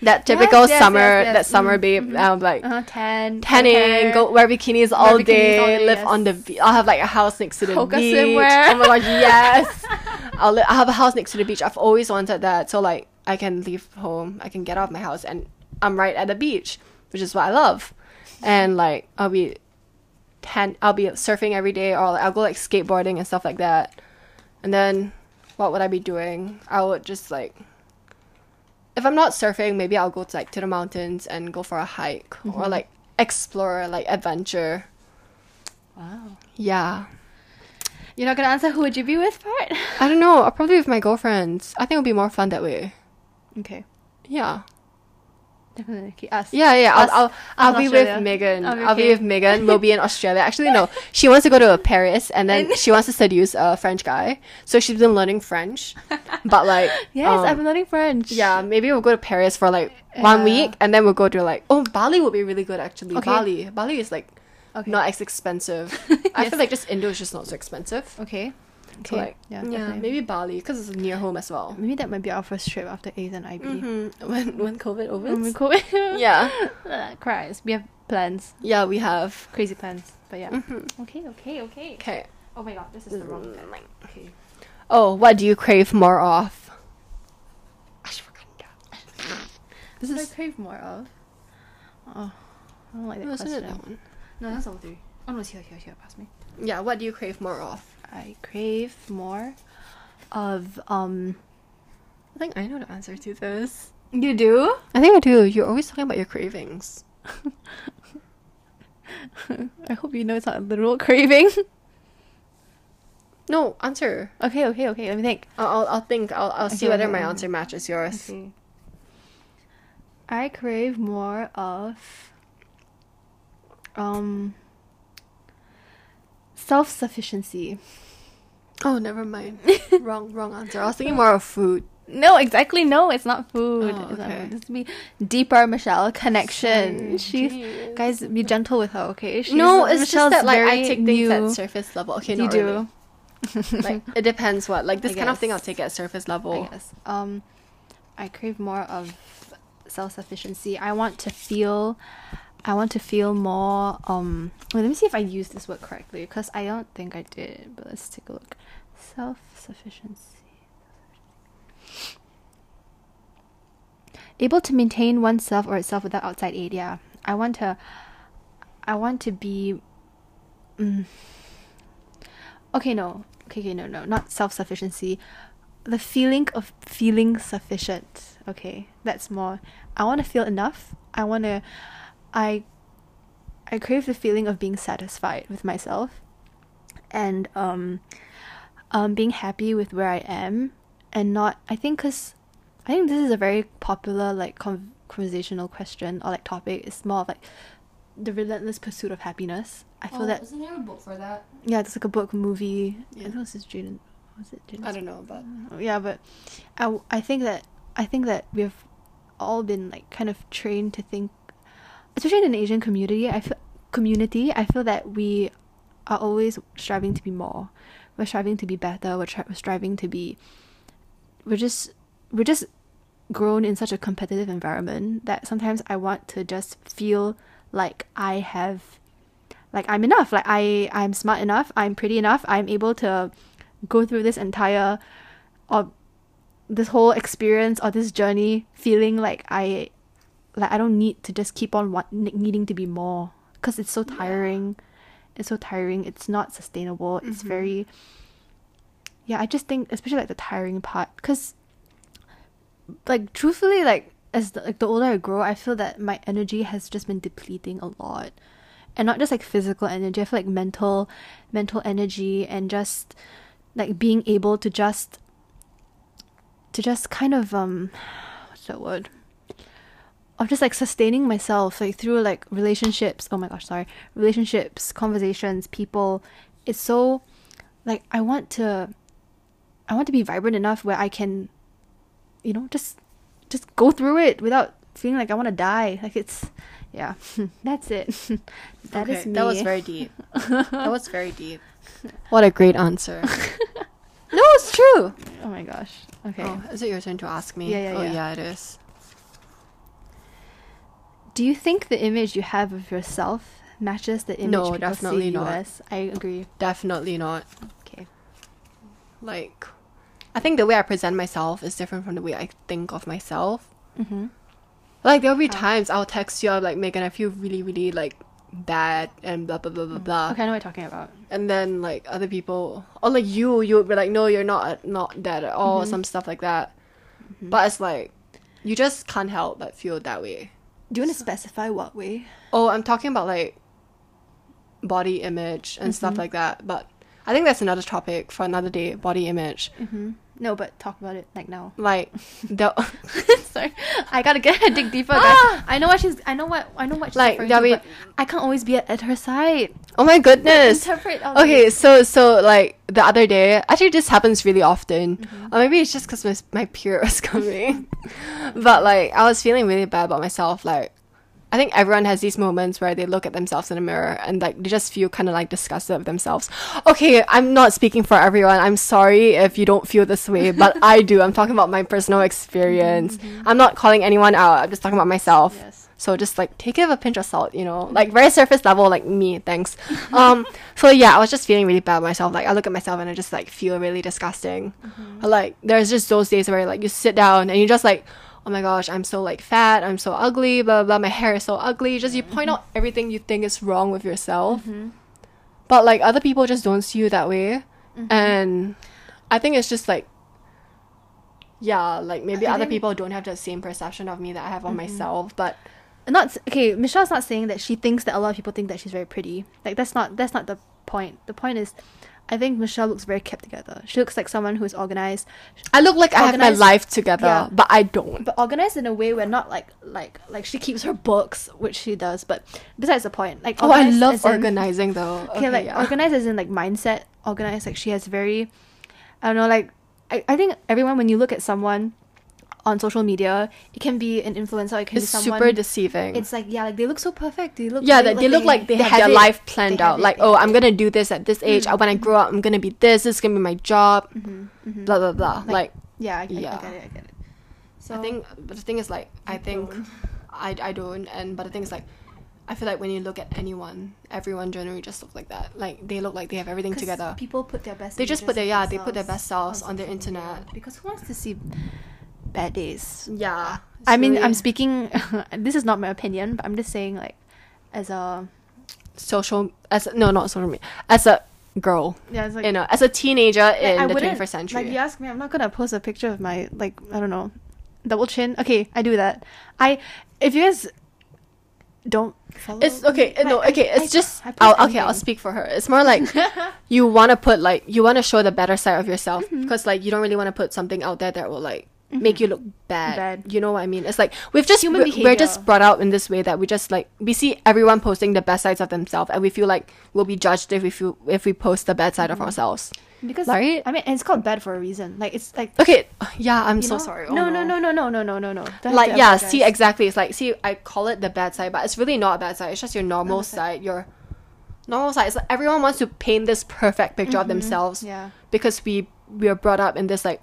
that typical
yes,
summer,
yes, yes. Mm-hmm.
that summer babe. I'm like
Uh, tan.
tanning,
hair.
go wear bikinis all
bikinis
day,
all day,
live
yes.
on the beach. I'll have like a house next to the
Hoka
beach.
swimwear.
Oh my gosh, yes. I'll li- I have a house next to the beach. I've always wanted that, so like I can leave home, I can get out of my house, and I'm right at the beach, which is what I love. And like I'll be tan, I'll be surfing every day, or like, I'll go like skateboarding and stuff like that. And then what would I be doing? I would just like. If I'm not surfing, maybe I'll go to like to the mountains and go for a hike or like explore, like adventure.
Wow.
Yeah.
You're not gonna answer who would you be with part?
I don't know. I'll probably with my girlfriends. I think it'll be more fun that way.
okay.
Yeah.
Definitely. Okay, us.
Yeah, yeah.
Us-
I'll, I'll, I'll
us in
be
Australia.
with Megan.
Oh,
I'll be
okay.
with Megan. We'll be in Australia. Actually, no. She wants to go to Paris and then she wants to seduce a French guy. So she's been learning French. But like,
Yes,
um,
I'm learning French.
yeah, maybe we'll go to Paris for like one
Yeah.
week and then we'll go to like, oh, Bali would be really good actually.
Okay.
Bali. Bali is like
Okay.
not as expensive. I
Yes.
feel like just Indo is just not so expensive.
Okay.
So like, yeah, maybe Bali because it's near home as well.
Maybe that might be our first trip after A's and IB.
When
Mm-hmm.
when COVID over,
When we go,
Mm-hmm. yeah,
Uh, Christ, we have plans,
yeah, we have.
crazy plans. But yeah.
Mhm.
Okay, okay, okay.
Okay.
Oh my god, this is the wrong pen. Okay.
Oh, what do you crave more of? Ashwagandha. This
What do
is
I crave more of? Oh, I don't like that
wasn't
question.
it that one?
No, that's level three. Oh no, it's here, here, here. Pass me.
Yeah. What do you crave more of?
I crave more of um.
I think I know the answer to this.
You do?
I think I do. You're always talking about your cravings.
I hope you know it's not a literal craving.
No answer.
okay, okay, okay. Let me think.
I'll I'll, I'll think. I'll I'll see
Okay,
whether
okay,
my
okay.
answer matches yours.
Okay. I crave more of um self sufficiency.
Oh, never mind. wrong wrong answer. I was thinking more of food.
No, exactly. No, it's not food.
Oh,
It's not
okay.
food. This be deeper Michelle
Sorry,
connection. She's
jeez.
guys be gentle with her, okay? She's,
no, it's just
Michelle's
that like I
very
take things
new.
at surface level. Okay,
you
not
do.
really. like it depends what like this
I
kind of thing I'll
guess.
take at surface level.
I guess. Um, I crave more of self sufficiency. I want to feel, I want to feel more. Um, wait, let me see if I use this word correctly because I don't think I did. But let's take a look. Self sufficiency. Able to maintain oneself or itself without outside aid. Yeah, I want to. I want to be mm. okay no okay, okay no no not self-sufficiency the feeling of feeling sufficient okay that's more i want to feel enough i want to i i crave the feeling of being satisfied with myself and um um being happy with where i am and not i think because i think this is a very popular like con- conversational question or like topic it's more of like the relentless pursuit of happiness i feel that
isn't Oh, there a book for that?
yeah, it's like a book movie.
Yeah.
I think it was just Jaden. Was it Jaden?
I don't know, but
know. Yeah, but I, w- I think that I think that we've all been like kind of trained to think, especially in an Asian community. I feel community. I feel that we are always striving to be more. We're striving to be better. We're, tri- we're striving to be. We're just we're just grown in such a competitive environment that sometimes I want to just feel like I have like I'm enough. Like I I'm smart enough. I'm pretty enough. I'm able to go through this entire or this whole experience or this journey feeling like I like I don't need to just keep on want, ne- needing to be more cuz it's so tiring. It's so tiring. It's not sustainable. It's very Yeah, I just think especially like the tiring part cuz like truthfully like as the, like the older I grow, I feel that my energy has just been depleting a lot. And not just like physical energy, I feel like mental mental energy and just like being able to just to just kind of um what's that word? of just like sustaining myself like through like relationships. Oh my gosh, sorry. Relationships, conversations, people. It's so like I want to I want to be vibrant enough where I can you know just just go through it without feeling like I want to die. Like it's yeah. That's it. That is
Okay,
me.
That was very deep. that was very deep. What a great answer. no, it's true.
Oh my gosh. Okay.
Oh, is it your turn to ask me?
Yeah, yeah,
oh,
yeah.
it is.
Do you think the image you have of yourself matches the image
No,
people
definitely
see you
not.
as? I agree.
Definitely not.
Okay.
Like, I think the way I present myself is different from the way I think of myself.
Mm-hmm.
Like, there'll be times I'll text you, I'll be like, Megan, I feel really, really, like, bad and blah, blah, blah, blah, blah.
Okay, I know what you're talking about.
and then like other people or like you you would be like no you're not not that at all some stuff like that but it's like you just can't help but feel that way
Do you want to specify what way?
oh i'm talking about like body image and stuff like that but i think that's another topic for another day body image
Mm-hmm. No, but talk about it like now.
like the
Sorry, I gotta get dig deeper. guys.
Ah!
I know what she's. I know what. I know what she's
Like,
referring
there'll
to,
be-
but I can't always be at, at her side.
oh my goodness
Interpret. all
Okay,
these-
so so like the other day, actually this happens really often,
Mm-hmm.
or maybe it's just because my my period was coming, but like I was feeling really bad about myself. Like I think everyone has these moments where they look at themselves in the mirror and like they just feel kind of like disgusted with themselves. Okay, I'm not speaking for everyone. I'm sorry if you don't feel this way, but I do. I'm talking about my personal experience. I'm not calling anyone out. I'm just talking about myself.
Mm-hmm. Yes.
So just like take it with a pinch of salt, you know, like very surface level, like me, thanks. Um, so yeah, I was just feeling really bad myself. Like I look at myself and I just like feel really disgusting.
Mm-hmm.
Or, Like there's just those days where like you sit down and you just like, oh my gosh, I'm so like fat, I'm so ugly, blah blah. blah my hair is so ugly. Just you point out
Mm-hmm.
everything you think is wrong with yourself, but like other people just don't see you that way,
Mm-hmm.
and I think it's just like. Yeah, like maybe
I
other
think- Mm-hmm.
people don't have the same perception of me that I have of myself, but
Not s- okay. Michelle's not saying that she thinks that a lot of people think that she's very pretty. Like that's not. That's not the point. The point is, I think Michelle looks very kept together. She looks like someone who's organized.
I look like I have my
Organized-
life together,
yeah.
but I don't.
but organized in a way where not like like like she keeps her books, which she does. But besides the point, like
oh, I
organized
love
as in-
organizing though.
Okay, like
yeah.
organized as in like mindset. Organized like she has very, I don't know, like I, I think everyone when you look at someone on social media, it can be an influencer. It can
it's
be someone.
super deceiving.
it's like yeah, like they look so perfect. They look
yeah,
they
that they look like they, have their
it.
life
They
planned
have
out.
it.
Like,
They
oh,
have
I'm
it. Mm-hmm.
gonna do this at this age. Uh, When I grow up, I'm gonna be this. This is gonna be my job. Blah blah blah. Like,
yeah, I, I-
yeah.
I get it. I get it. So
I think, but the thing is, like, I
You
think
don't.
I, I don't. And but the thing is, like, I feel like when you look at anyone, everyone generally just look like that. Like they look like they have everything
'cause
together.
People put their best.
They just
images
put their-
of
yeah, they put their best
themselves
selves on their
social media.
internet.
because who wants to see bad days?
Yeah,
I mean, I'm
speaking
speaking. this is not my opinion, but I'm just saying, like, as a
social as a, no, not social media as a girl.
yeah, it's like,
you know, as a teenager
like,
in
I
the
wouldn't-
21st century.
Like, you ask me, I'm not gonna post a picture of my like I don't know, double chin. Okay, I do that. I if you guys don't follow,
It's okay.
me,
no,
like, I-
okay.
I-
It's just.
I post
I'll, okay, I'll
anything.
speak for her. It's more like you want to put like you want to show the better side of yourself
Mm-hmm.
because like you don't really want to put something out there that will like make you look bad.
Bad.
You know what I mean? It's like we've just
Human
we're, we're just
behavior.
brought out in this way that we just like we see everyone posting the best sides of themselves and we feel like we'll be judged if we feel if we post the bad
Mm-hmm.
side of ourselves.
because
Right?
I mean, and it's called bad for a reason. Like it's like
Okay. Yeah, I'm
you
so
know?
sorry. Oh,
No, no, no, no, no, no, no, no, no. Don't have
like
to
yeah
apologize.
see exactly it's like see i call it the bad side but it's really not a bad side it's just your normal side your normal side it's like everyone wants to paint this perfect picture of themselves
Mm-hmm. Yeah,
because we we are brought up in this like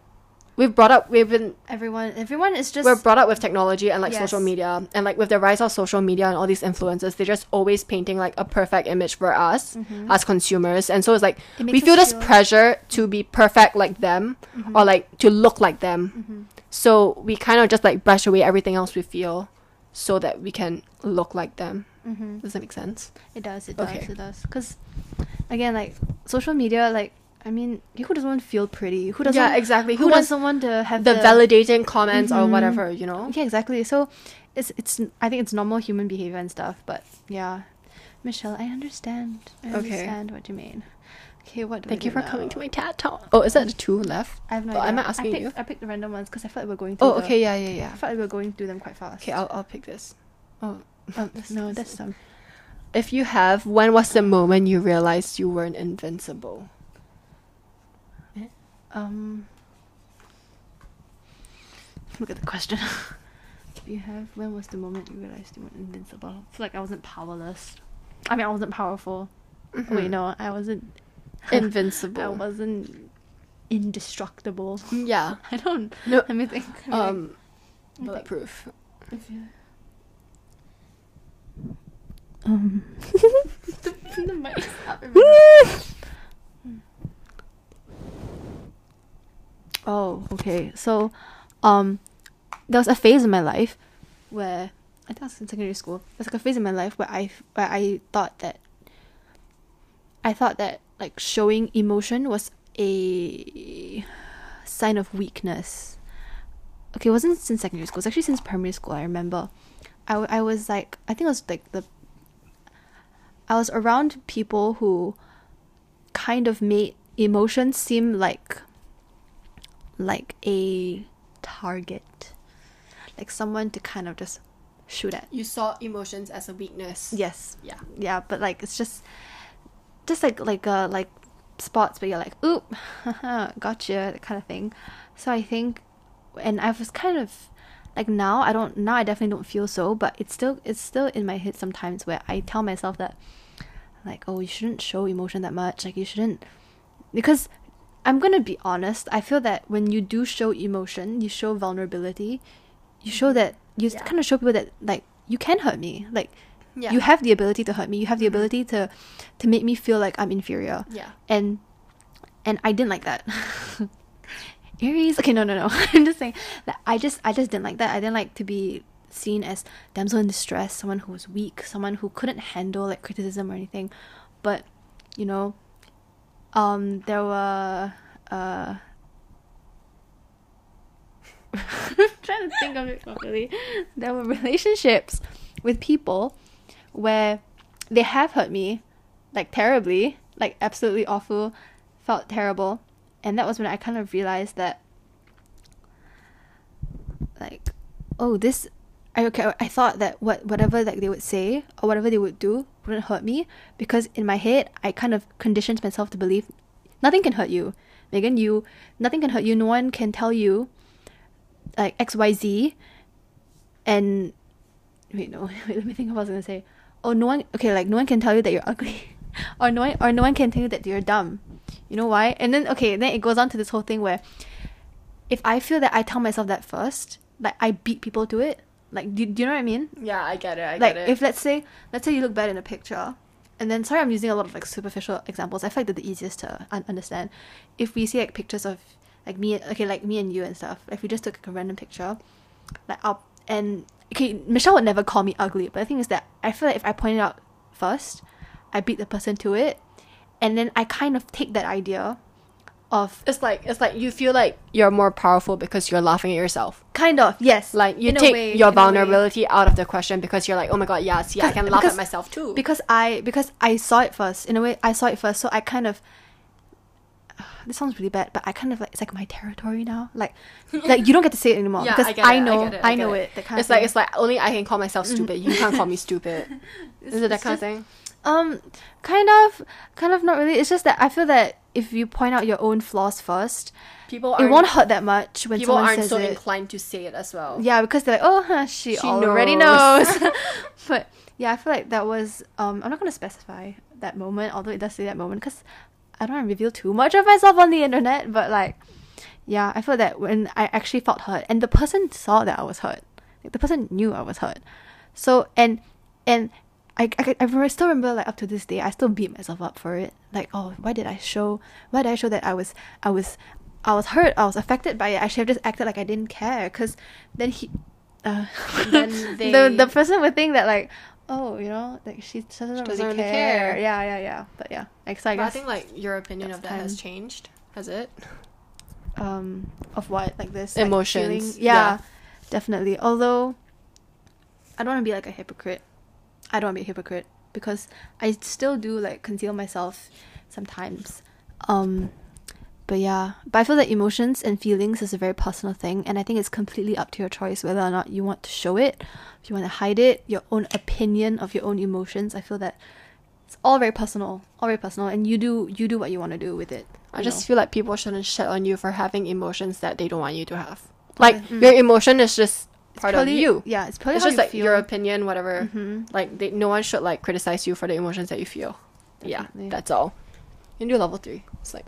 we've brought up we've been
everyone, everyone is just
we're brought up with technology and like
Yes.
social media and like with the rise of social media and all these influences they're just always painting like a perfect image for us as consumers and so it's like
Mm-hmm. It
we
makes
feel
us
this
feel- Mm-hmm.
pressure to be perfect like them or like to look like them so we kind of just like brush away everything else we feel so that we can look like them
Mhm.
does that make sense
It does. It does.
Okay.
It does. Because again, like social media, like I mean, who doesn't want to feel pretty? Who doesn't?
yeah exactly
Who,
who, wants
doesn't want to have
the validating comments or whatever you know
Yeah, exactly. So it's it's I think it's normal human behavior and stuff. But yeah, Michelle, I understand. I
Okay.
understand what you mean. Okay, what do we
Thank you
do
for
now?
coming to my TED talk. Oh, is that the two left?
I have no
Oh,
idea.
am I asking
picked,
you?
I picked the random ones because I felt like we are going through
Oh,
the-
okay, yeah, yeah, yeah.
I felt like we are going through them quite fast.
Okay, I'll I'll pick this. Oh,
Um, no, that's some.
if you have, when was the moment you realized you weren't invincible?
Um, look at the question. you have. When was the moment you realized you were invincible? I feel like I wasn't powerless. I mean, I wasn't powerful. Wait,
Mhm.
no, I wasn't
Invincible. Mm,
I wasn't indestructible.
Yeah.
I don't.
No.
Let me think. Let me
Um,
think.
bulletproof.
If you- Um. the, the mic is up. oh, okay. So, um, there was a phase in my life where I think I was in secondary school. There's like a phase in my life where I where I thought that I thought that like showing emotion was a sign of weakness. Okay, it wasn't since secondary school. It's actually since primary school. I remember, I, w- I was like I think it was like the I was around people who kind of made emotions seem like like a target, like someone to kind of just shoot at.
You saw emotions as a weakness.
Yes.
Yeah.
Yeah, but like it's just just like like uh like spots where you're like, oop, gotcha, that kind of thing. So I think and I was kind of like now I don't now I definitely don't feel so, but it's still it's still in my head sometimes where I tell myself that like, oh you shouldn't show emotion that much, like you shouldn't because I'm gonna be honest, I feel that when you do show emotion, you show vulnerability, you show that you
Yeah.
kind of show people that like you can hurt me. Like
Yeah. Mm-hmm.
you have the ability to hurt me. You have the ability to to make me feel like I'm inferior.
Yeah.
And and I didn't like that. Aries. Okay, no, no, no. I'm just saying that I just I just didn't like that. I didn't like to be seen as damsel in distress, someone who was weak, someone who couldn't handle like criticism or anything. But you know, um, there were uh. I'm trying to think of it properly. There were relationships with people where they have hurt me, like terribly, like absolutely awful, felt terrible, and that was when I kind of realized that, like, oh, this, I okay, I thought that what whatever like they would say or whatever they would do wouldn't hurt me because in my head I kind of conditioned myself to believe nothing can hurt you, Megan. You nothing can hurt you. No one can tell you, like X Y Z, and wait no wait, let me think of what I was gonna say. Oh no one okay like no one can tell you that you're ugly, or no one or no one can tell you that you're dumb. You know why? And then okay then it goes on to this whole thing where if I feel that I tell myself that first, like I beat people to it. Like do, do you know what I mean?
Yeah, I get it. I
like
get it.
if let's say let's say you look bad in a picture and then sorry i'm using a lot of like superficial examples i feel like they're the easiest to un- understand if we see like pictures of like me okay like me and you and stuff if we just took like, a random picture like up and okay michelle would never call me ugly but the thing is that i feel like if i point it out first i beat the person to it and then i kind of take that idea of
it's like it's like you feel like you're more powerful because you're laughing at yourself.
kind of yes
Like you
in a
take
way,
your
in a way.
vulnerability out of the question because you're like, oh my god, yes, yeah, I can laugh
because-
at myself too.
because I because I saw it first. In a way, I saw it first, so I kind of. This sounds really bad, but I kind of like it's like my territory now. Like, like you don't get to say it anymore because I,
get it,
know I,
get it,
know
get
it. that kind of
it's like
thing.
it's like only I can call myself stupid. You can't call me stupid. Is it that
it's
kind of
just-
thing?
Um, kind of, kind of not really. It's just that I feel that if you point out your own flaws first,
People
it
aren't
won't hurt that much when
people
someone
aren't
says
so
it.
inclined to say it as well.
Yeah, because they're like, oh, huh, she,
She
already
knows."
knows. but yeah, I feel like that was. Um, I'm not gonna specify that moment, although it does say that moment, because I don't want to reveal too much of myself on the internet. But like, yeah, I feel that when I actually felt hurt, and the person saw that I was hurt, like the person knew I was hurt. So and and I I, I remember- still remember like up to this day, I still beat myself up for it. Like, oh, why did I show? Why did I show that I was I was I was hurt. I was affected by it. I should have just acted like I didn't care, because then he. Uh,
Then
the
they-
the person would think that like, oh, you know, like she doesn't,
doesn't
really,
really
care.
care.
Yeah, yeah, yeah. But yeah, like so I
But I
guess
think like your opinion
that's
of that has
time.
changed. Has it?
um of what like this like,
Emotions,
feeling-
yeah.
yeah, definitely. Although I don't want to be like a hypocrite. I don't want to be a hypocrite because I still do like conceal myself sometimes. Um, but yeah, but I feel that emotions and feelings is a very personal thing, and I think it's completely up to your choice whether or not you want to show it, if you want to hide it, your own opinion of your own emotions. I feel that it's all very personal, all very personal, and you do you do what you want to do with it.
I
you
just
know.
feel like people shouldn't shit on you for having emotions that they don't want you to have. Like your emotion is just part
Probably-
of you. Mm-hmm.
Yeah, it's probably
It's
how
just
you
like
feel. Mm-hmm.
your opinion, whatever. Like they, no one should like criticize you for the emotions that you feel.
Definitely.
Yeah, that's all. You can do level three. It's like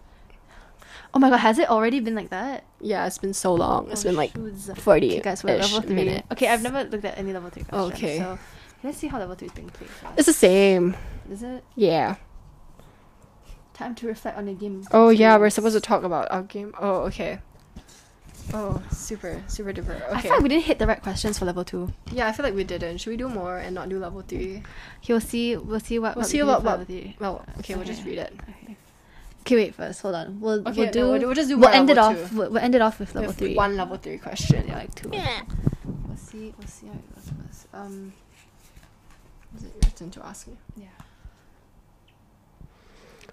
oh my god, has it already been like that?
yeah, it's been so long. It's
Oh,
been like
shoes.
forty.
Okay, guys, we're at level three.
Minutes.
Okay, I've never looked at any level three questions.
Okay.
So let's see how level three is being played. for us.
It's the same.
Is it
Yeah.
time to reflect on the game?
Oh yeah, we're
experience?
supposed to talk about our game. Oh okay. Oh super super duper. Okay.
I feel like we didn't hit the right questions for level two.
yeah, I feel like we didn't. Should we do more and not do level three?
Okay, we'll see. We'll see what.
We'll
what
see
we do
what-
for
what-
level three.
Well, okay, we'll just
Okay.
read it.
Okay. Okay, wait first. Hold on. We'll
Okay,
we'll
no,
do.
we'll do- we'll just do
We'll
one
end it
level
off.
two.
We'll, we'll end it off with level
With
three.
One level three question.
Yeah, like two. We'll see. We'll see how it goes first. Um.
Is it your turn to ask me?
Yeah.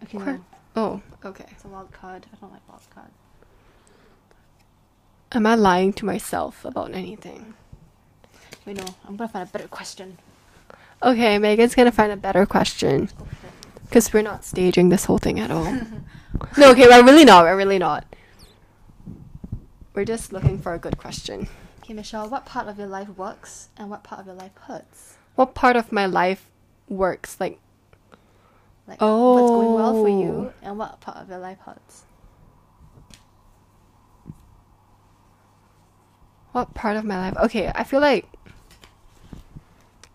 Okay.
Quir-
no,
Oh, okay.
it's a wild card. I don't like wild card.
Am I lying to myself about anything?
Wait, no. I'm gonna find a better question.
Okay, Megan's gonna find a better question
Oh, shit.
because we're not staging this whole thing at all. no, okay, we're really not. We're really not. We're just looking for a good question.
Okay, Michelle, what part of your life works and what part of your life hurts?
What part of my life works? Like,
Like, what's going well for
Oh.
you and what part of your life hurts?
what part of my life? Okay, I feel like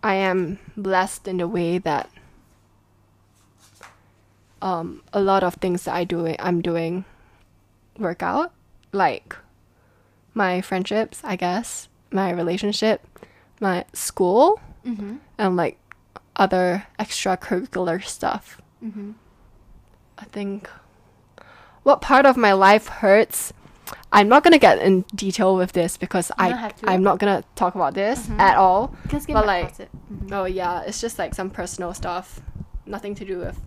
I am blessed in the way that um, a lot of things that I do, I'm doing, work out. Like my friendships, I guess, my relationship, my school,
Mm-hmm.
and like other extracurricular stuff.
Mm-hmm.
I think what part of my life hurts. I'm not gonna get in detail with this because
You
I
don't have to.
I'm not gonna talk about this
Mhm.
at all.
Just get
But,
back
like,
past it. Mhm.
Oh yeah, it's just like some personal stuff, nothing to do with.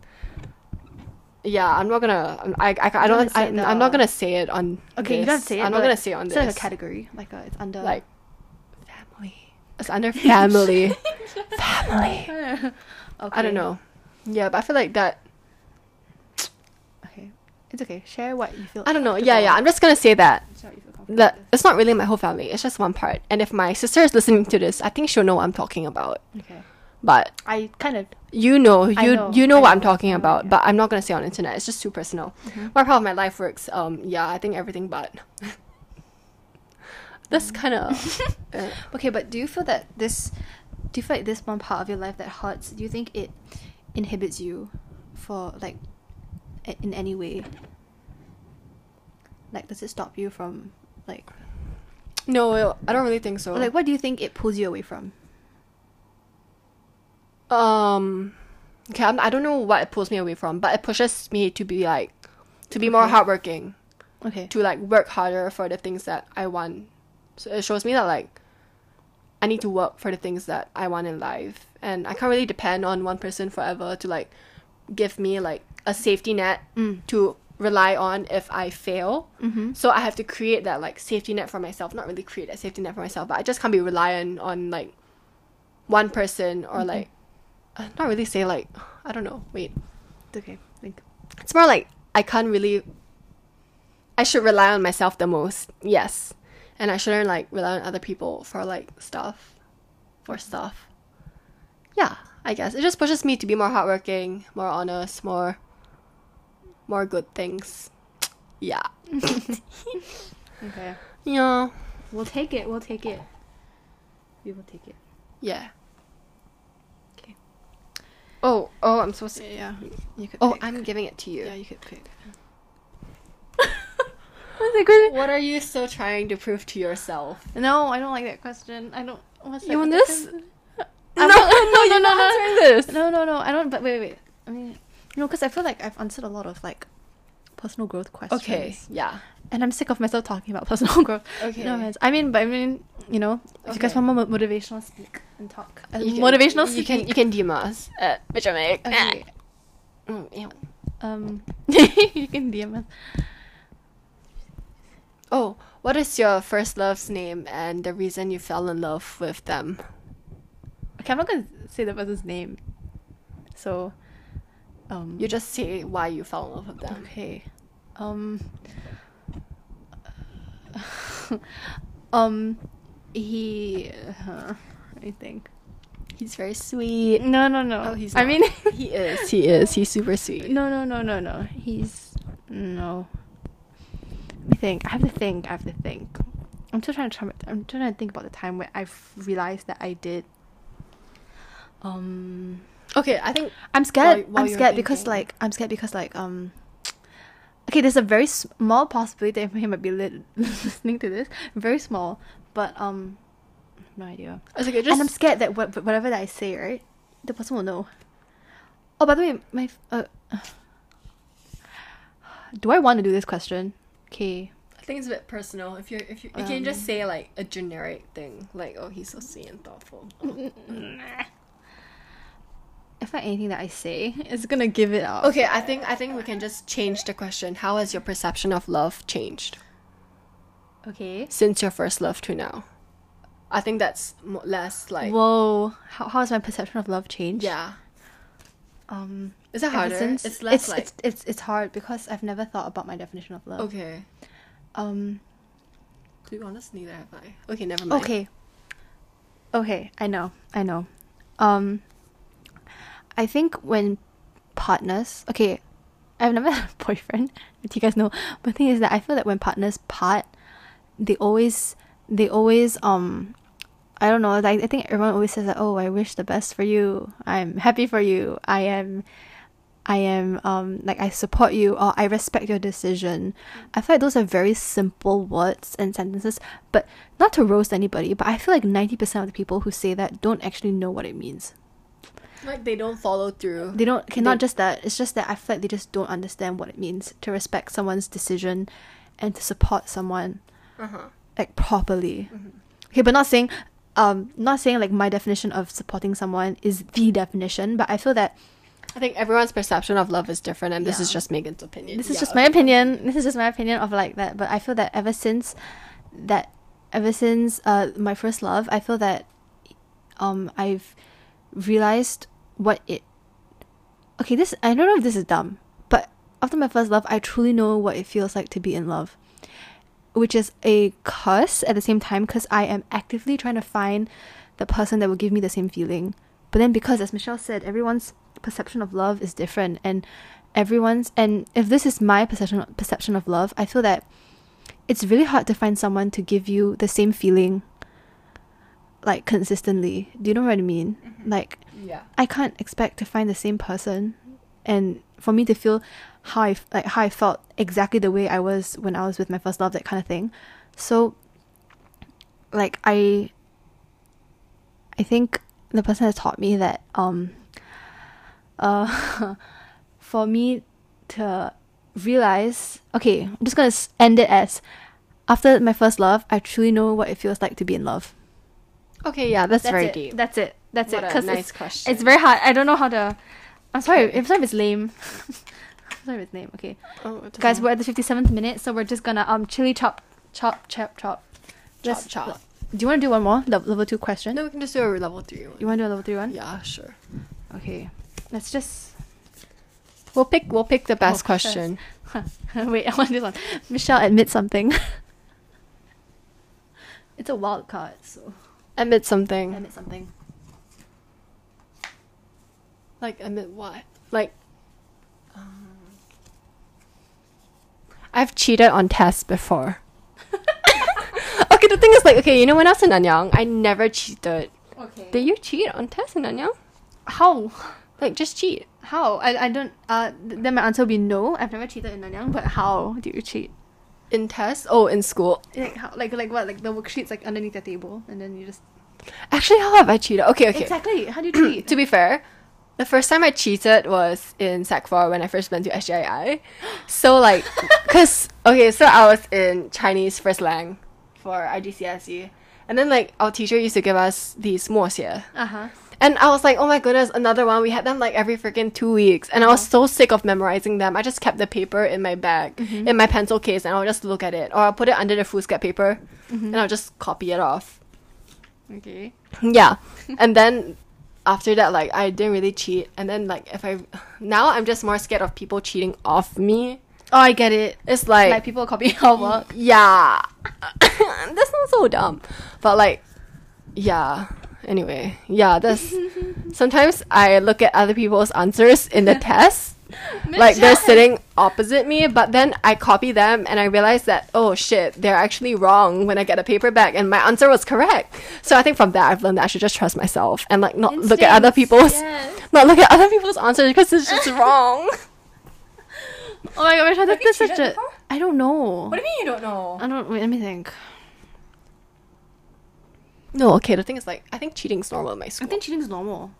Yeah, I'm not gonna. I I, I
You don't
don't.
have to say
I,
it
I'm not
now.
gonna say it on.
Okay, you
this.
don't have to say it.
I'm
but,
not gonna
like,
say it on
it's
this.
like a category, like a, it's under
Like family. It's under family. family.
okay.
I don't know. Yeah, but I feel like that.
Okay, it's okay. Share what you feel.
I don't know. Yeah, yeah. I'm just gonna say that.
Share what you feel comfortable
that
with.
it's not really my whole family. It's just one part. And if my sister is listening to this, I think she'll know what I'm talking about.
Okay,
But
I kind of.
you know,
I
you
know,
you know
I
what
know.
I'm talking
I know,
about.
yeah.
But I'm not gonna say on the internet. It's just too personal. What part of my life works? Um, yeah, I think everything. But that's
Mm.
uh, kind of
Okay, but do you feel that this? Do you feel like this one part of your life that hurts? Do you think it inhibits you for like a- in any way? Like, does it stop you from like
no. I don't really think so.
like what do you think it pulls you away from?
um, okay. I'm, I don't know what it pulls me away from, but it pushes me to be like, to be more
Okay.
hardworking.
Okay.
to like work harder for the things that I want. So it shows me that like I need to work for the things that I want in life, and I can't really depend on one person forever to like give me like a safety net
Mm.
to rely on if I fail.
Mm-hmm.
So I have to create that like safety net for myself. Not really create that safety net for myself, but I just can't be reliant on like one person or like uh, not really say like I don't know. Wait,
Okay. Think.
it's more like I can't really. I should rely on myself the most, yes, and I shouldn't like rely on other people for like stuff, for stuff. Yeah, I guess it just pushes me to be more hardworking, more honest, more, more good things. Yeah,
Okay.
yeah,
We'll take it. We'll take it. We will take it.
yeah.
Okay.
Oh, oh, I'm supposed to.
Yeah. You could.
Oh, I'm giving it to you.
Yeah, you could pick. What's that question?
What are you still trying to prove to yourself?
No, I don't like that question. I don't. What's
You want
that
this?
question?
No,
I'm
no,
oh, not-
no, you're not answering this.
No, no, no. I don't. But wait, wait. I mean, no, because I feel like I've answered a lot of like personal growth questions.
Okay. Yeah.
And I'm sick of myself talking about personal growth.
Okay.
No offense. I mean, but I mean, you know, if you guys
Okay.
want more mo- motivational speak and talk, uh,
You can-
motivational
You
speak.
can you can DM us at Bitchamake.
Okay.
Mm, ew.
Um, you can DM us.
Oh, what is your first love's name and the reason you fell in love with them?
Okay, I'm not gonna say the person's name. So, um,
You just say why you fell in love with them.
Okay. Um. um. He. Uh, I think.
He's very sweet.
No, no, no.
Oh, he's
I
not.
mean,
he is. He is. He's super sweet.
No, no, no, no, no. He's no. Let me think. I have to think. I have to think. I'm still trying to try, I'm still trying to think about the time where I've realized that I did. Um,
Okay, I think
I'm scared.
While- while
I'm
you're
scared because
thinking.
like I'm scared because like um. Okay, there's a very small possibility that he might be li- listening to this. Very small, but um, no idea.
it's okay.
And I'm scared that what, whatever that I say, right, the person will know. Oh, by the way, my f- uh, do I want to do this question? Okay,
I think it's a bit personal. If you're, if you, you
Um,
can just say like a generic thing, like oh, he's so sweet and thoughtful.
if not anything that I say is gonna give it out.
Okay, I think I think we can just change the question. How has your perception of love changed
Okay.
since your first love to now? I think that's mo- less like
Whoa, how, how has my perception of love changed?
yeah.
Um,
Is that
ever
harder?
since-
it's less
it's,
like
it's, it's it's hard because I've never thought about my definition of love.
okay.
Um.
To be honest, neither have I. Okay, never mind.
Okay. Okay, I know. I know. Um I think when partners okay, I've never had a boyfriend, but you guys know. But the thing is that I feel that when partners part, they always they always um I don't know, like I think everyone always says that, Oh, I wish the best for you, I'm happy for you, I am I am um like I support you or I respect your decision. I feel like those are very simple words and sentences, but not to roast anybody, but I feel like 90% of the people who say that don't actually know what it means.
Like they don't follow through.
They don't okay,
They-
not just that, it's just that I feel like they just don't understand what it means to respect someone's decision and to support someone
Uh-huh. Mm-hmm.
like properly. Okay, but not saying um not saying like my definition of supporting someone is the definition, but I feel that
I think everyone's perception of love is different, and this is
Yeah.
just Megan's opinion.
This is
Yeah,
just
okay.
my opinion. This is just my opinion of like that. But I feel that ever since that, ever since uh my first love, I feel that um I've realized what it. Okay, this I don't know if this is dumb, but after my first love, I truly know what it feels like to be in love, which is a curse at the same time because I am actively trying to find the person that will give me the same feeling. But then, because as Michelle said, everyone's perception of love is different, and everyone's and if this is my perception perception of love, I feel that it's really hard to find someone to give you the same feeling, like consistently. Do you know what I mean? Like
Yeah.
I can't expect to find the same person, and for me to feel how I f- like how I felt exactly the way I was when I was with my first love, that kind of thing. So, like I, I think the person has taught me that um, uh, for me to realize, okay, I'm just gonna s- end it as after my first love, I truly know what it feels like to be in love.
Okay. Yeah, that's, very
it.
deep.
That's it. That's
What
it.
a
'Cause
nice
it's,
question.
It's very hard. I don't know how to. I'm sorry.
Okay.
I'm sorry if it's lame. I'm sorry if it's lame. Okay,
Oh, it doesn't
guys,
matter.
we're at the 57th minute, so we're just gonna um chili chop, chop, chop, chop. Let's-
chop.
Do you want to do one more level, level two question?
No, we can just do a level three one.
You want to do a level three one?
Yeah, sure.
Okay. Let's just.
We'll pick. We'll pick the best
Oh,
question.
Wait, I want this one. Michelle, admit something. it's a wild card, so
Admit something.
admit something.
Like admit what? Like. um, I've cheated on tests before. okay, the thing is, like, okay, you know, when I was in Nanyang, I never cheated.
Okay.
Did you cheat on tests in Nanyang?
How?
Like, just cheat.
How? I, I don't. Uh, th- then my answer will be no. I've never cheated in Nanyang, but how do you cheat?
In tests? Oh, in school.
Like how? Like like what? Like the worksheets like underneath the table, and then you just
Actually, how have I cheated? Okay, okay.
exactly. How do you cheat?
to be fair, the first time I cheated was in Sec 4 when I first went to SJII. So, like, because, okay, so I was in Chinese first lang E. for IGCSE. And then, like, our teacher used to give us these 默写.
uh huh.
And I was like, oh my goodness, another one. We had them like every freaking two weeks. And I was so sick of memorizing them. I just kept the paper in my bag, in my pencil case, and I'll just look at it. Or I'll put it under the foolscap paper and I'll just copy it off.
Okay.
Yeah. and then after that, like, I didn't really cheat. And then, like, if I. Now I'm just more scared of people cheating off me.
Oh, I get it.
It's
Like people copying our work.
yeah. that's not so dumb. But like yeah. Anyway, yeah, that's sometimes I look at other people's answers in the test. like they're
Michelle.
sitting opposite me, but then I copy them and I realize that oh shit, they're actually wrong when I get a paper back and my answer was correct. So I think from that I've learned that I should just trust myself and like not look at other
Instincts,
people's
yes.
not look at other people's answers because it's just wrong.
Oh my gosh, I think
you
that's such
cheated
a.
before?
I don't know.
do you mean you don't know?
I don't. Wait, let me think.
No, okay, the thing is like I think cheating's normal in my
I
school.
think cheating is normal.